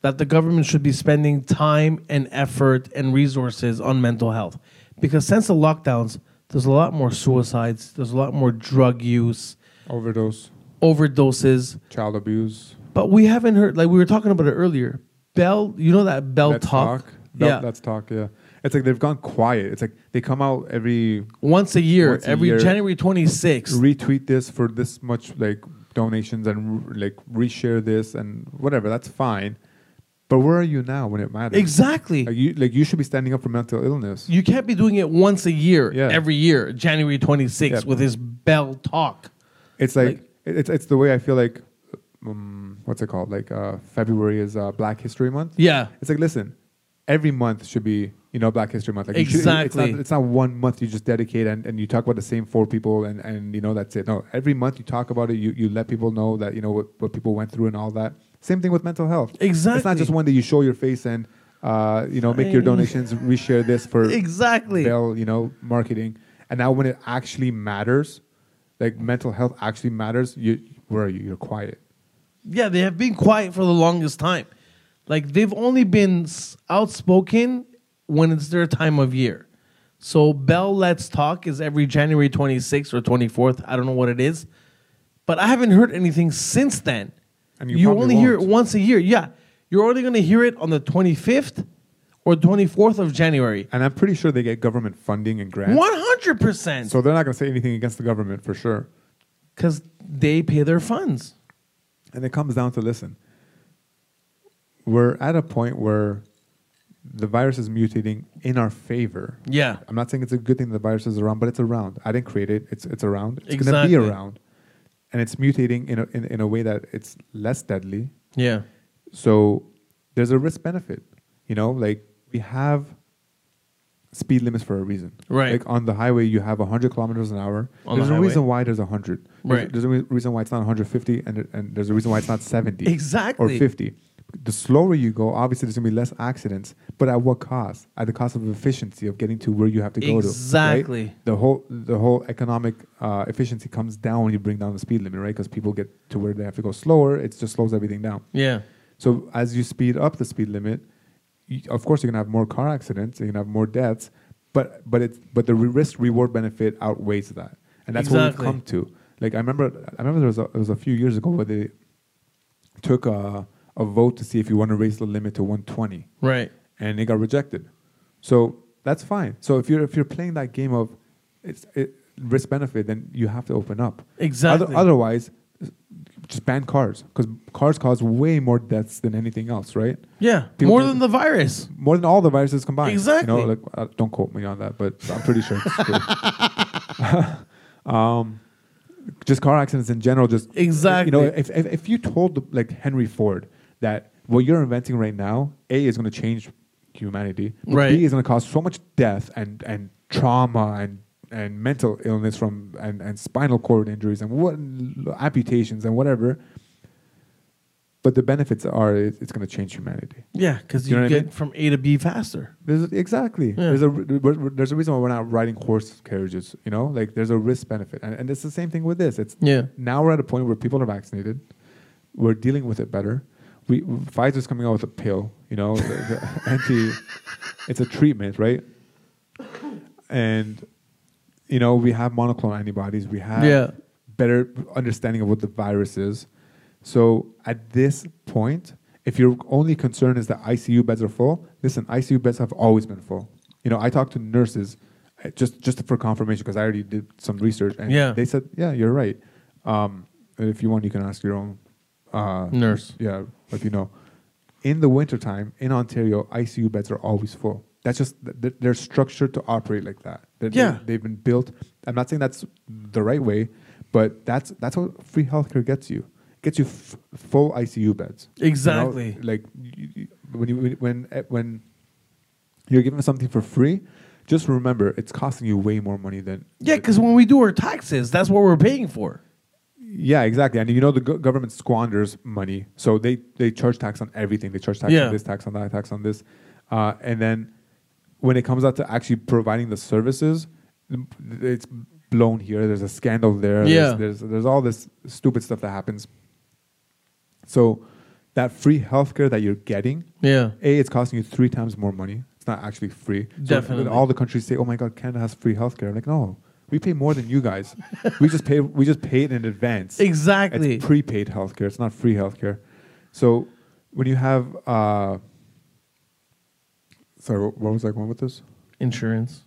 Speaker 2: that the government should be spending time and effort and resources on mental health. Because since the lockdowns, there's a lot more suicides, there's a lot more drug use,
Speaker 3: Overdose,
Speaker 2: overdoses,
Speaker 3: child abuse,
Speaker 2: but we haven't heard like we were talking about it earlier. Bell, you know that Bell
Speaker 3: Let's
Speaker 2: talk,
Speaker 3: That-
Speaker 2: yeah,
Speaker 3: Let's talk. Yeah. It's like they've gone quiet. It's like they come out every
Speaker 2: once a year,
Speaker 3: Once a
Speaker 2: every
Speaker 3: year.
Speaker 2: January twenty sixth.
Speaker 3: retweet this for this much like donations and r- like reshare this and whatever that's fine but where are you now when it matters
Speaker 2: exactly.
Speaker 3: like you like you should be standing up for mental illness
Speaker 2: You can't be doing it once a year,
Speaker 3: Yeah.
Speaker 2: every year, January twenty sixth,
Speaker 3: Yeah.
Speaker 2: with his Bell talk.
Speaker 3: it's like,
Speaker 2: like-
Speaker 3: it- it's it's the way i feel like um, what's it called like uh, february is uh, black history month
Speaker 2: Yeah,
Speaker 3: it's like listen every month should be you know black history month like you should- it's not-
Speaker 2: Exactly.
Speaker 3: it's, not, one month you just dedicate and, and you talk about the same four people and, and you know that's it no every month you talk about it you, you let people know that you know what, what people went through and all that same thing with mental health it's
Speaker 2: Exactly.
Speaker 3: not just one that you show your face and uh, you know make your
Speaker 2: Fine.
Speaker 3: donations reshare this for
Speaker 2: [LAUGHS] Exactly.
Speaker 3: Bell, you know marketing and now when it actually matters like mental health actually matters you where are you you're quiet
Speaker 2: yeah, they have been quiet for the longest time. Like they've only been s- outspoken when it's their time of year. So Bell Let's Talk is every January 26th or 24th. I don't know what it is, but I haven't heard anything since then.
Speaker 3: And
Speaker 2: you
Speaker 3: you probably
Speaker 2: only hear it
Speaker 3: won't.
Speaker 2: once a year. Yeah, you're only going to hear it on the 25th or 24th of January.
Speaker 3: and i'm pretty sure they get government funding and grants
Speaker 2: 100%.
Speaker 3: So they're not going to say anything against the government for sure.
Speaker 2: because they pay their funds.
Speaker 3: And it comes down to listen. We're at a point where the virus is mutating in our favor.
Speaker 2: Yeah.
Speaker 3: I'm not saying it's a good thing the virus is around, but it's around. I didn't create it. It's it's around. It's
Speaker 2: Exactly.
Speaker 3: going to be around, and it's mutating in a, in, in a way that it's less deadly.
Speaker 2: Yeah.
Speaker 3: So there's a risk benefit. You know, like we have speed limits for a reason.
Speaker 2: Right.
Speaker 3: Like on the highway, you have 100 kilometers an hour.
Speaker 2: On
Speaker 3: there's
Speaker 2: the
Speaker 3: a
Speaker 2: highway.
Speaker 3: reason why there's 100. There's-
Speaker 2: Right.
Speaker 3: There's, a re- reason why it's not 150, and, and there's a reason why it's not 70.
Speaker 2: Exactly.
Speaker 3: Or 50. The slower you go, obviously, there's going to be less accidents, but at what cost? At the cost of efficiency of getting to where you have to go to. right?
Speaker 2: Exactly.
Speaker 3: The whole the whole economic uh, efficiency comes down when you bring down the speed limit, right? Because people get to where they have to go slower. It just slows everything down.
Speaker 2: Yeah.
Speaker 3: So as you speed up the speed limit, you, of course you're gonna have more car accidents, you're gonna have more deaths, but but it's but the re- risk reward benefit outweighs that, and that's what
Speaker 2: Exactly.
Speaker 3: we've come to. Like I remember, I remember there was a, it was a few years ago where they took a, a vote to see if you want to raise the limit to 120
Speaker 2: Right.
Speaker 3: and it got rejected. So that's fine. So if you're if you're playing that game of it's it, risk benefit, then you have to open up.
Speaker 2: Exactly.
Speaker 3: otherwise, just ban cars because cars cause way more deaths than anything else, right?
Speaker 2: Yeah.
Speaker 3: People
Speaker 2: More
Speaker 3: do-
Speaker 2: than the virus.
Speaker 3: More than all the viruses combined. You
Speaker 2: Exactly.
Speaker 3: know, like, uh, don't quote me on that, but I'm pretty sure. It's true. um,
Speaker 2: [LAUGHS]
Speaker 3: just car accidents in general. Just
Speaker 2: Exactly.
Speaker 3: You know, if if, if you told like Henry Ford that what you're inventing right now, A is going to change humanity, but
Speaker 2: Right.
Speaker 3: B is going to cause so much death and and trauma and and mental illness from and, and spinal cord injuries and what amputations and whatever. But the benefits are it- it's going to change humanity.
Speaker 2: Yeah, because you,
Speaker 3: You know what I
Speaker 2: get
Speaker 3: mean?
Speaker 2: from A to B faster.
Speaker 3: There's exactly there's a re- we're- we're- there's a reason why we're not riding horse carriages. You know, like there's a risk benefit, and, and it's the same thing with this. It's
Speaker 2: Yeah.
Speaker 3: now we're at a point where people are vaccinated, we're dealing with it better. We Pfizer's coming out with a pill. You know, the- the [LAUGHS] anti, it's a treatment, right? And you know we have monoclonal antibodies. We have
Speaker 2: Yeah.
Speaker 3: better understanding of what the virus is. So at this point, if your only concern is that ICU beds are full, listen, ICU beds have always been full. You know, I talked to nurses uh, just just for confirmation because I already did some research, and
Speaker 2: Yeah.
Speaker 3: they said, yeah, you're right. Um, and if you want, you can ask your own uh,
Speaker 2: Nurse.
Speaker 3: Yeah, if you know. In the wintertime in Ontario, ICU beds are always full. That's just th- th- they're structured to operate like that. They're- they-
Speaker 2: Yeah.
Speaker 3: they've been built. I'm not saying that's the right way, but that's that's what free healthcare gets you. It gets you f- full ICU beds. You know?
Speaker 2: Exactly.
Speaker 3: Like you, you, when you when when, eh, when you're given something for free, just remember it's costing you way more money than
Speaker 2: Yeah, because when we do our taxes, that's what we're paying for.
Speaker 3: Yeah, exactly. And you know the go- government squanders money, so they they charge tax on everything. They charge tax
Speaker 2: Yeah.
Speaker 3: on this, tax on that, tax on this, uh, and then when it comes out to actually providing the services, m- it's blown here. There's a scandal there.
Speaker 2: Yeah.
Speaker 3: There's, there's there's all this stupid stuff that happens. So that free healthcare that you're getting,
Speaker 2: Yeah.
Speaker 3: a it's costing you three times more money. It's not actually free. So
Speaker 2: Definitely.
Speaker 3: all the countries say, "Oh my God, Canada has free healthcare." I'm like, no, we pay more than you guys. we just pay. We just pay it
Speaker 2: [LAUGHS]
Speaker 3: in advance.
Speaker 2: Exactly.
Speaker 3: It's prepaid healthcare. It's not free healthcare. So when you have, uh, sorry, wh- where was I going with this?
Speaker 2: Insurance.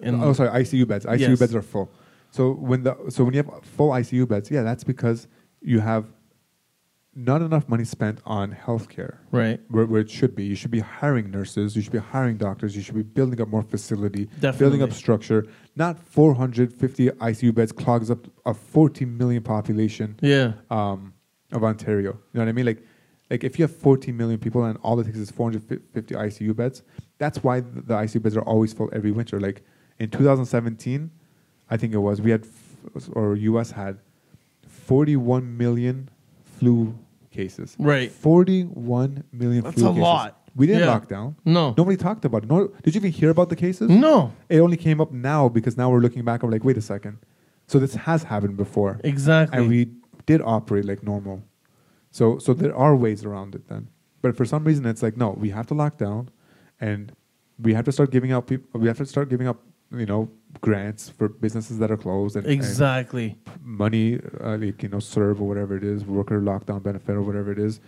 Speaker 2: And
Speaker 3: oh, sorry, ICU beds. ICU
Speaker 2: Yes.
Speaker 3: beds are full. So when the so when you have full ICU beds, yeah, that's because you have not enough money spent on healthcare
Speaker 2: Right.
Speaker 3: where, where it should be. You should be hiring nurses. You should be hiring doctors. You should be building up more facility, building
Speaker 2: Definitely.
Speaker 3: up structure. Not 450 ICU beds clogs up a 14 million population
Speaker 2: Yeah.
Speaker 3: um, of Ontario. You know what I mean? Like, like if you have 14 million people and all it takes is 450 ICU beds, that's why th- the ICU beds are always full every winter. Like in 2017, I think it was we had, f- or US had, 41 million flu cases.
Speaker 2: Right.
Speaker 3: 41 million
Speaker 2: That's
Speaker 3: flu
Speaker 2: a
Speaker 3: cases.
Speaker 2: lot.
Speaker 3: We didn't
Speaker 2: Yeah.
Speaker 3: lock down.
Speaker 2: No. Hmm?
Speaker 3: Nobody talked about it. Nor, did you even hear about the cases?
Speaker 2: No.
Speaker 3: It only came up now because now we're looking back. I'm like, wait a second. So this has happened before
Speaker 2: Exactly.
Speaker 3: and we did operate like normal. So so there are ways around it then. But for some reason, it's like no, we have to lock down, and we have to start giving out people. We have to start giving up, you know, grants for businesses that are closed and, and
Speaker 2: exactly.
Speaker 3: money, uh, like you know, serve or whatever it is, worker lockdown benefit or whatever it is.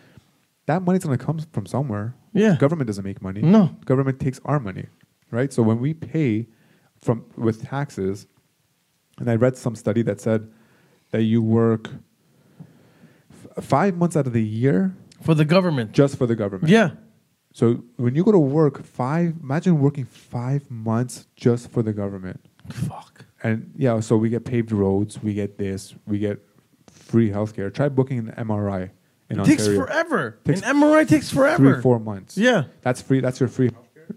Speaker 3: That money's gonna come from somewhere.
Speaker 2: Yeah.
Speaker 3: government doesn't make money.
Speaker 2: No.
Speaker 3: government takes our money, right? So when we pay from with taxes, and I read some study that said that you work f- five months out of the year
Speaker 2: for the government.
Speaker 3: just for the government.
Speaker 2: Yeah.
Speaker 3: So when you go to work, five imagine working five months just for the government.
Speaker 2: Fuck.
Speaker 3: And yeah, so we get paved roads, we get this, we get free healthcare. Try booking an MRI in
Speaker 2: It takes
Speaker 3: Ontario.
Speaker 2: forever.
Speaker 3: Takes
Speaker 2: An MRI takes forever.
Speaker 3: Three, four months.
Speaker 2: Yeah.
Speaker 3: That's free. That's your free healthcare.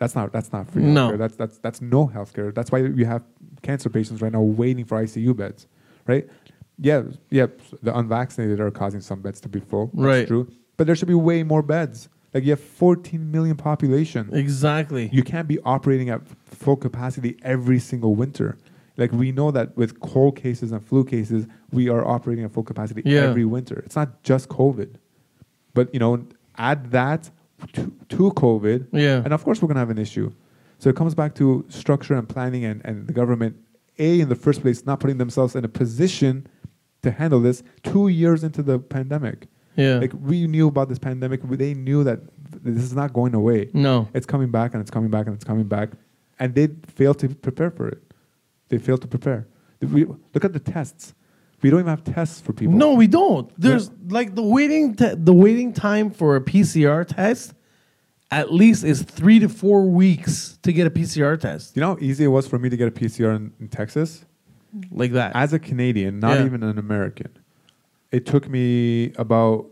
Speaker 3: That's not. That's not free.
Speaker 2: No.
Speaker 3: Healthcare. That's that's that's no healthcare. That's why we have cancer patients right now waiting for ICU beds, right? Yeah, yeah. The unvaccinated are causing some beds to be full. That's
Speaker 2: Right.
Speaker 3: True. But there should be way more beds. Like you have 14 million population.
Speaker 2: Exactly.
Speaker 3: You can't be operating at full capacity every single winter. Like we know that with cold cases and flu cases, we are operating at full capacity
Speaker 2: Yeah.
Speaker 3: every winter. It's not just COVID, but you know, add that to, to COVID,
Speaker 2: Yeah.
Speaker 3: and of course we're gonna have an issue. So it comes back to structure and planning, and, and the government, a in the first place, not putting themselves in a position to handle this two years into the pandemic.
Speaker 2: yeah.
Speaker 3: Like we knew about this pandemic, we- they knew that th- this is not going away
Speaker 2: no.
Speaker 3: it's coming back and it's coming back and it's coming back, and they fail to prepare for it. They fail to prepare. We, look at the tests. We don't even have tests for people.
Speaker 2: No, we don't. There's like the waiting t- the waiting time for a PCR test at least is 3 to 4 weeks to get a PCR test.
Speaker 3: You know how easy it was for me to get a PCR in, in Texas?
Speaker 2: Like that.
Speaker 3: As a Canadian, not
Speaker 2: Yeah.
Speaker 3: even an American, it took me about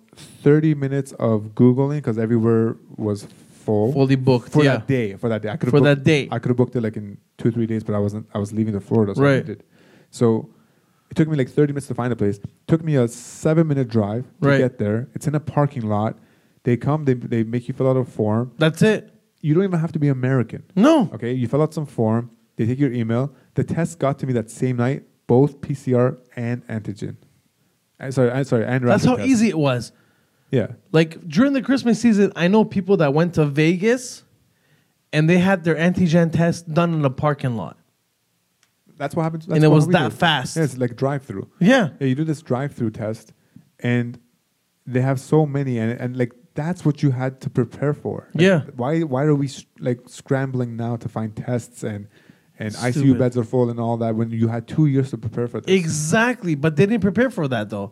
Speaker 3: 30 minutes of Googling because everywhere was full.
Speaker 2: fully booked.
Speaker 3: for
Speaker 2: yeah.
Speaker 3: that day. For that day, I could
Speaker 2: For that day.
Speaker 3: I could have booked it like in two three days, but I wasn't. I was leaving to Florida, so I
Speaker 2: Right.
Speaker 3: did. So it took me like thirty minutes to find a place. took me a seven minute drive to
Speaker 2: Right.
Speaker 3: get there. It's in a parking lot. They come. They they make you fill out a form.
Speaker 2: That's it.
Speaker 3: You don't even have to be American.
Speaker 2: No.
Speaker 3: Okay, you fill out some form. They take your email. The test got to me that same night, both PCR and antigen. i sorry, i sorry, and
Speaker 2: That's
Speaker 3: rapid
Speaker 2: how
Speaker 3: test.
Speaker 2: easy it was.
Speaker 3: Yeah.
Speaker 2: Like during the Christmas season, I know people that went to Vegas and they had their antigen test done in a parking lot.
Speaker 3: That's what happened. That's
Speaker 2: And it
Speaker 3: what
Speaker 2: was
Speaker 3: we
Speaker 2: that
Speaker 3: did.
Speaker 2: fast.
Speaker 3: Yeah, it's like drive through.
Speaker 2: Yeah.
Speaker 3: Yeah, you do this drive-through test, and they have so many, and, and like that's what you had to prepare for. Like,
Speaker 2: Yeah.
Speaker 3: Why why are we s- like scrambling now to find tests and and ICU
Speaker 2: Stupid.
Speaker 3: beds are full and all that when you had two years to prepare for this?
Speaker 2: Exactly, but they didn't prepare for that though.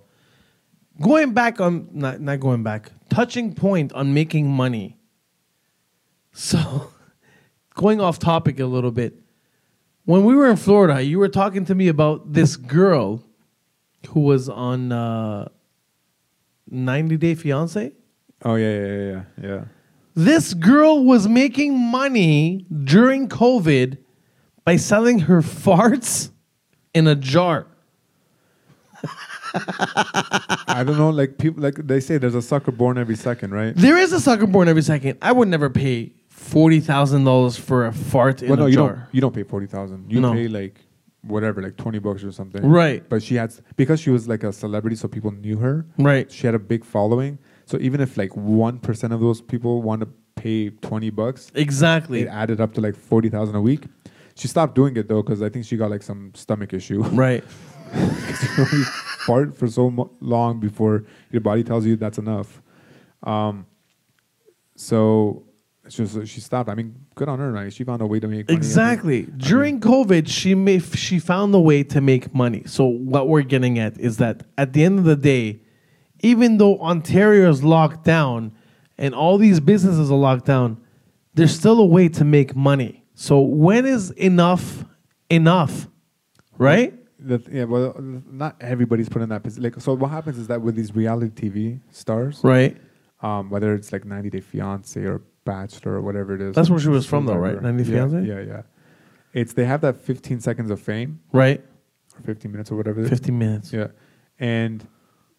Speaker 2: Going back on not not going back, touching point on making money. So, [LAUGHS] going off topic a little bit. When we were in Florida, you were talking to me about this girl who was on uh, 90 Day Fiance.
Speaker 3: oh yeah yeah yeah yeah. yeah.
Speaker 2: This girl was making money during COVID by selling her [LAUGHS] farts in a jar.
Speaker 3: I don't know. Like people like they say, there's a sucker born every second, right?
Speaker 2: There is a sucker born every second. I would never pay forty thousand dollars for a fart in
Speaker 3: well,
Speaker 2: a
Speaker 3: no, you don't.
Speaker 2: jar.
Speaker 3: You don't pay forty thousand. You
Speaker 2: No.
Speaker 3: pay like whatever, like twenty bucks or something.
Speaker 2: Right.
Speaker 3: But she had because she was like a celebrity, so people knew her.
Speaker 2: Right.
Speaker 3: She had a big following, so even if like one percent of those people want to pay twenty bucks,
Speaker 2: Exactly.
Speaker 3: it added up to like forty thousand a week. She stopped doing it though because I think she got like some stomach issue. [LAUGHS]
Speaker 2: Right.
Speaker 3: 'Cause [LAUGHS] you only fart for so mo- long before your body tells you that's enough. Um, so she was, she stopped. I mean, good on her, right? She found a way to make money. I mean,
Speaker 2: Exactly. During COVID, she may, she found a way to make money. So what we're getting at is that at the end of the day, even though Ontario is locked down and all these businesses are locked down, there's still a way to make money. So when is enough enough? Right?
Speaker 3: That, yeah, well, not everybody's put in that position. Like, so what happens is that with these reality TV stars,
Speaker 2: Right.
Speaker 3: um, whether it's like 90 Day Fiance or Bachelor or whatever it is,
Speaker 2: That's where she was from though,
Speaker 3: Survivor.
Speaker 2: right? 90 Day
Speaker 3: Yeah,
Speaker 2: Fiancé?
Speaker 3: Yeah, yeah. It's they have that 15 seconds of fame
Speaker 2: Right?
Speaker 3: or 15 minutes or whatever. it is.
Speaker 2: Fifteen minutes.
Speaker 3: Yeah, and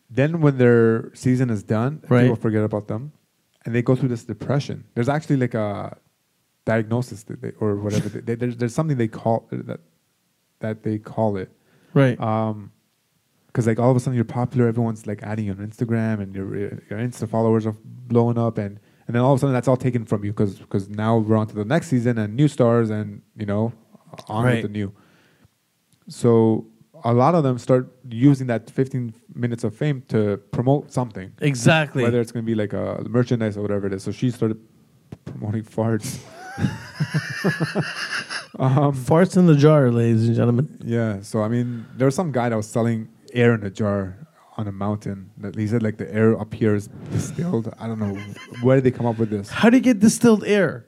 Speaker 3: then when their season is done,
Speaker 2: Right.
Speaker 3: people forget about them, and they go through this depression. There's actually like a diagnosis that they, or whatever. they, there's there's something they call that that they call it.
Speaker 2: Right.
Speaker 3: Um 'cause because like all of a sudden you're popular, everyone's like adding you on Instagram, and your your Insta followers are blowing up, and and then all of a sudden that's all taken from you because now we're on to the next season and new stars, and you know, on
Speaker 2: Right.
Speaker 3: with the new. So a lot of them start using that 15 minutes of fame to promote something,
Speaker 2: Exactly.
Speaker 3: whether it's going to be like a merchandise or whatever it is. So she started promoting farts.
Speaker 2: farts in the jar, ladies and gentlemen.
Speaker 3: Yeah. So I mean, there was some guy that was selling air in a jar on a mountain. That he said like the air up here is distilled. I don't know where did they come up with this.
Speaker 2: How do you get distilled air?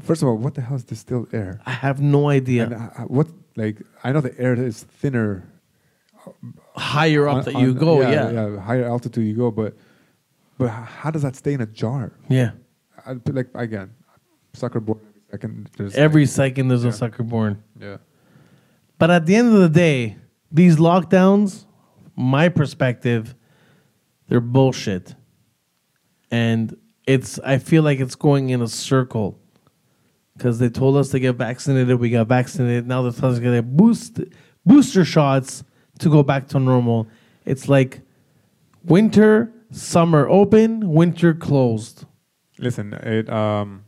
Speaker 3: First of all, what the hell is distilled air?
Speaker 2: I have no idea.
Speaker 3: And uh, uh, what like I know the air is thinner
Speaker 2: Higher up
Speaker 3: on-
Speaker 2: that
Speaker 3: on-
Speaker 2: you go, yeah, yeah.
Speaker 3: yeah, higher altitude you go, but but h- how does that stay in a jar? I, like again, sucker born every second. There's
Speaker 2: Every second there's
Speaker 3: Yeah.
Speaker 2: a sucker born.
Speaker 3: yeah.
Speaker 2: But at the end of the day, these lockdowns, my perspective, they're bullshit. And it's I feel like it's going in a circle. Cause they told us to get vaccinated, we got vaccinated. Now they're telling us to get boost booster shots to go back to normal. It's like winter, summer open, winter closed.
Speaker 3: Listen, it. Um,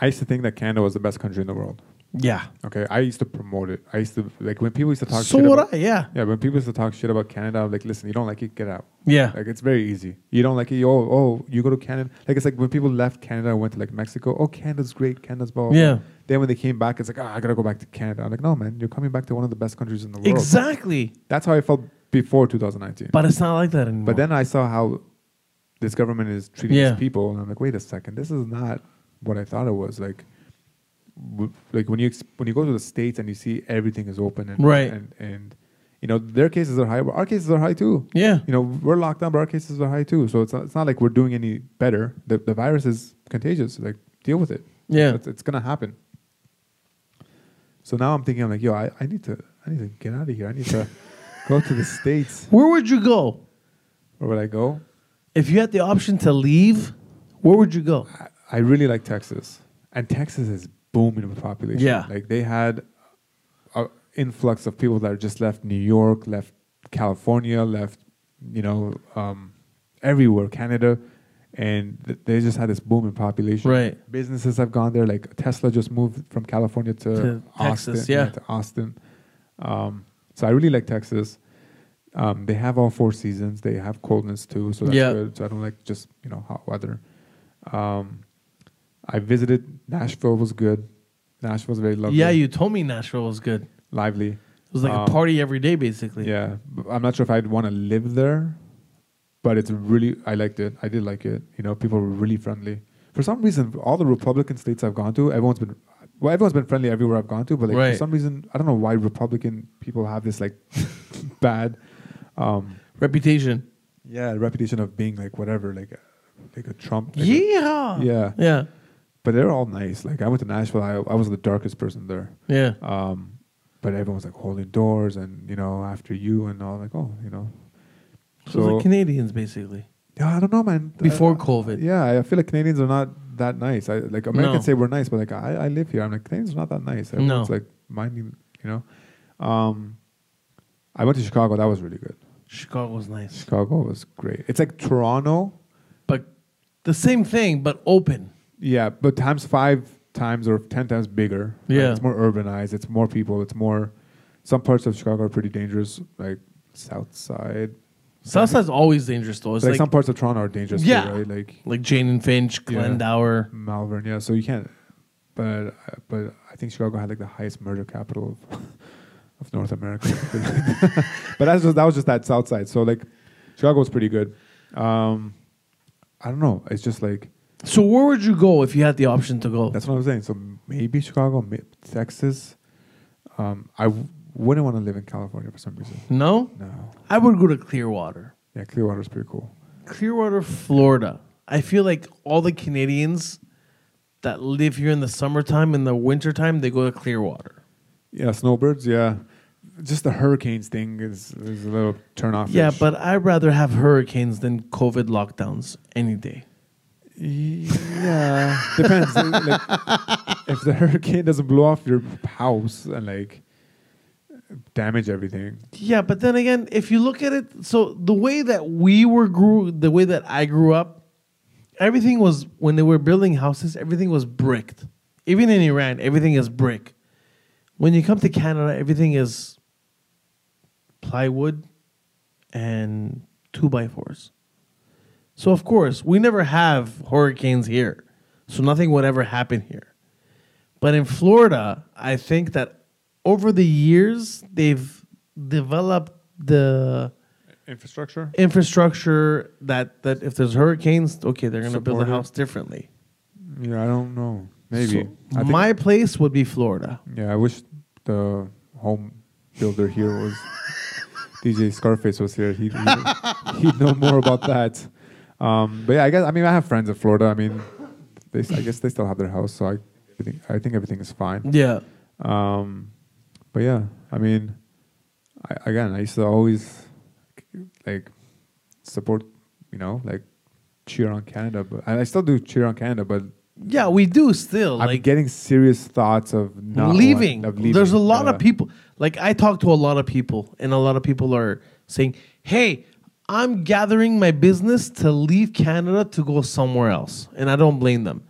Speaker 3: I used to think that Canada was the best country in the world.
Speaker 2: Yeah.
Speaker 3: Okay, I used to promote it. I used to like when people used to talk.
Speaker 2: So
Speaker 3: shit
Speaker 2: would
Speaker 3: about,
Speaker 2: I, yeah.
Speaker 3: Yeah, when people used to talk shit about Canada, I'm like, listen, you don't like it, get out.
Speaker 2: Yeah.
Speaker 3: Like it's very easy. You don't like it, you, oh, oh, you go to Canada. Like it's like when people left Canada and went to like Mexico. Oh, Canada's great, Canada's blah. blah,
Speaker 2: Yeah.
Speaker 3: blah. Then when they came back, it's like, ah, I gotta go back to Canada. I'm like, no, man, you're coming back to one of the best countries in the world.
Speaker 2: Exactly.
Speaker 3: That's how I felt before 2019.
Speaker 2: But it's not like that anymore.
Speaker 3: But then I saw how this government is treating
Speaker 2: Yeah.
Speaker 3: these people, and I'm like, wait a second, this is not what I thought it was. Like, w- like when you ex- when you go to the states and you see everything is open, and
Speaker 2: Right.
Speaker 3: and, and you know their cases are high, but our cases are high too.
Speaker 2: Yeah.
Speaker 3: you know we're locked down, but our cases are high too. So it's not, it's not like we're doing any better. The the virus is contagious. Like deal with it.
Speaker 2: Yeah.
Speaker 3: it's, it's gonna happen. So now I'm thinking, I'm like, yo, I, I need to I need to get out of here. I
Speaker 2: [LAUGHS]
Speaker 3: need to go to the states.
Speaker 2: Where would you go?
Speaker 3: Where would I go?
Speaker 2: If you had the option to leave, where would you go?
Speaker 3: I- I really like Texas, and Texas is booming with population.
Speaker 2: Yeah.
Speaker 3: like they had an influx of people that are just left New York, left California, left you know um, everywhere, Canada, and th- they just had this boom in population.
Speaker 2: Right.
Speaker 3: businesses have gone there. Like Tesla just moved from California to,
Speaker 2: To
Speaker 3: Austin,
Speaker 2: Texas, yeah.
Speaker 3: to Austin. Um, so I really like Texas. Um, they have all four seasons. They have coldness too, so that's
Speaker 2: Yeah.
Speaker 3: good. So I don't like just you know hot weather. Um, I visited Nashville was good. Nashville was very lovely.
Speaker 2: Yeah, you told me Nashville was good. It
Speaker 3: lively. It
Speaker 2: was like a party every day, basically.
Speaker 3: Um, Yeah, B- I'm not sure if I'd want to live there, but it's really I liked it. I did like it. You know, people were really friendly. For some reason, all the Republican states I've gone to, everyone's been well, everyone's been friendly everywhere I've gone to. But like
Speaker 2: Right.
Speaker 3: for some reason, I don't know why Republican people have this like [LAUGHS] bad. Um,
Speaker 2: Reputation.
Speaker 3: yeah, reputation of being like whatever, like a, like a Trump. like a-
Speaker 2: Yeah.
Speaker 3: Yeah.
Speaker 2: Yeah.
Speaker 3: but they're all nice. Like I went to Nashville, I, I was the darkest person there.
Speaker 2: Yeah.
Speaker 3: Um, but everyone was like holding doors and you know after you and all like oh you know.
Speaker 2: So, it was like Canadians, basically.
Speaker 3: yeah, I don't know, man.
Speaker 2: Before
Speaker 3: I- I-
Speaker 2: COVID.
Speaker 3: uh, Yeah, I feel like Canadians are not that nice. I like Americans
Speaker 2: No.
Speaker 3: say we're nice, but like I, I live here. I'm like Canadians are not that nice.
Speaker 2: No.
Speaker 3: Everyone's like minding, you know. Um, I went to Chicago. That was really good.
Speaker 2: Chicago was nice.
Speaker 3: Chicago was great. It's like Toronto.
Speaker 2: But the same thing, but open.
Speaker 3: Yeah, but times five times or ten times bigger. Like,
Speaker 2: Yeah.
Speaker 3: it's more urbanized. It's more people. It's more. Some parts of Chicago are pretty dangerous, like South Side.
Speaker 2: Southside's always dangerous, though. It's
Speaker 3: Like,
Speaker 2: like,
Speaker 3: some parts of Toronto are dangerous. too,
Speaker 2: Yeah.
Speaker 3: right? Like
Speaker 2: like Jane and Finch, Glendower.
Speaker 3: Malvern. Yeah, so you can't. But but I think Chicago had like the highest murder capital of, [LAUGHS] of North America. [LAUGHS] but that's just that was just that South Side. So like, Chicago was pretty good. Um, I don't know. It's just like
Speaker 2: So where would you go if you had the option to go?
Speaker 3: That's what I'm saying. So maybe Chicago, may- Texas. Um, I w- wouldn't want to live in California for some reason.
Speaker 2: no?
Speaker 3: No.
Speaker 2: I would go to Clearwater.
Speaker 3: Yeah, Clearwater's pretty cool.
Speaker 2: Clearwater, Florida. I feel like all the Canadians that live here in the summertime and the wintertime, they go to Clearwater.
Speaker 3: Yeah, snowbirds. Yeah, just the hurricanes thing is, is a little turn off.
Speaker 2: Yeah, but I'd rather have hurricanes than COVID lockdowns any day.
Speaker 3: yeah, depends. [LAUGHS] like, if the hurricane doesn't blow off your house and like damage everything,
Speaker 2: Yeah, but then again, if you look at it, so the way that we were grew, the way that I grew up, everything was when they were building houses, everything was bricked. Even in Iran, everything is brick. When you come to Canada, everything is plywood and two by fours. So of course, we never have hurricanes here. So nothing would ever happen here. But in Florida, I think that over the years they've developed the
Speaker 3: Infrastructure.
Speaker 2: infrastructure that that if there's hurricanes, okay, they're gonna build
Speaker 3: Support
Speaker 2: a
Speaker 3: it.
Speaker 2: house differently.
Speaker 3: Yeah, I don't know. Maybe.
Speaker 2: So
Speaker 3: I think-
Speaker 2: my place would be Florida.
Speaker 3: yeah, I wish the home builder here was DJ Scarface was here. He'd, he'd, he'd know more about that. Um, but yeah, I guess I mean I have friends in Florida. I mean, they s- I guess they still have their house, so I, I think I think everything is fine.
Speaker 2: Yeah,
Speaker 3: Um, but yeah, I mean, I, again, I used to always like support, you know, like cheer on Canada, but and I still do cheer on Canada, but
Speaker 2: yeah, we do still
Speaker 3: I'm
Speaker 2: like
Speaker 3: getting serious thoughts of not
Speaker 2: leaving.
Speaker 3: want- of leaving.
Speaker 2: There's a lot
Speaker 3: Yeah.
Speaker 2: of people. Like I talk to a lot of people, and a lot of people are saying, "Hey, I'm gathering my business to leave Canada to go somewhere else," and I don't blame them.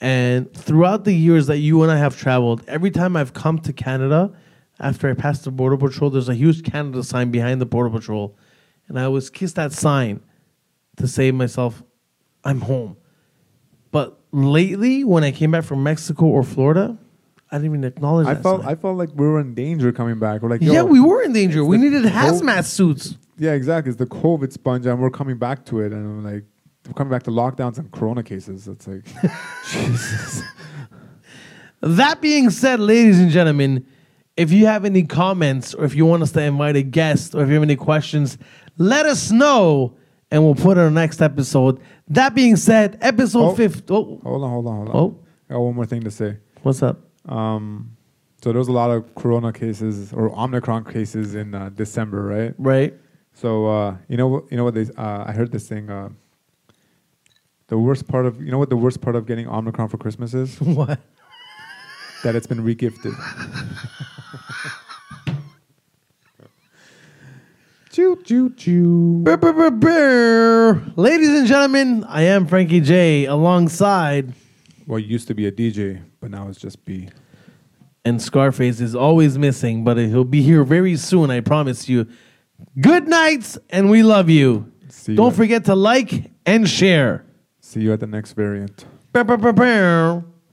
Speaker 2: And throughout the years that you and I have traveled, every time I've come to Canada, after I pass the border patrol, there's a huge Canada sign behind the border patrol, and I always kiss that sign to say to myself, "I'm home." But lately, when I came back from Mexico or Florida, I didn't even acknowledge.
Speaker 3: I
Speaker 2: that
Speaker 3: felt
Speaker 2: sign.
Speaker 3: I felt like we were in danger coming back. We're like,
Speaker 2: yeah,
Speaker 3: yo,
Speaker 2: we were in danger. We
Speaker 3: the
Speaker 2: needed
Speaker 3: whole-
Speaker 2: hazmat suits.
Speaker 3: yeah, exactly. It's the COVID sponge, and we're coming back to it, and I'm like, we're coming back to lockdowns and Corona cases.
Speaker 2: [LAUGHS]
Speaker 3: It's like, Jesus.
Speaker 2: That being said, ladies and gentlemen, if you have any comments or if you want us to invite a guest or if you have any questions, let us know and we'll put it on the next episode. That being said, episode
Speaker 3: Oh.
Speaker 2: 50. Oh,
Speaker 3: Hold on, hold on, hold on.
Speaker 2: Oh.
Speaker 3: I got one more thing to say.
Speaker 2: what's up?
Speaker 3: Um, so there was a lot of Corona cases or Omicron cases in uh, December, right? [LAUGHS]
Speaker 2: Right?
Speaker 3: So uh, you know, what- you know what they? Uh, I heard this thing. Uh, the worst part of you know what the worst part of getting Omicron for Christmas is
Speaker 2: What?
Speaker 3: that it's been regifted. choo choo choo.
Speaker 2: Brr, brr, brr, brr. Ladies and gentlemen, I am Frankie J alongside,
Speaker 3: Well, you used to be a DJ, but now it's just B.
Speaker 2: and Scarface is always missing, but he'll be here very soon, I promise you. Good nights, and we love you.
Speaker 3: See you
Speaker 2: Don't
Speaker 3: at-
Speaker 2: forget to like and share.
Speaker 3: See you at the next variant.
Speaker 2: Brr, brr, brr, brr.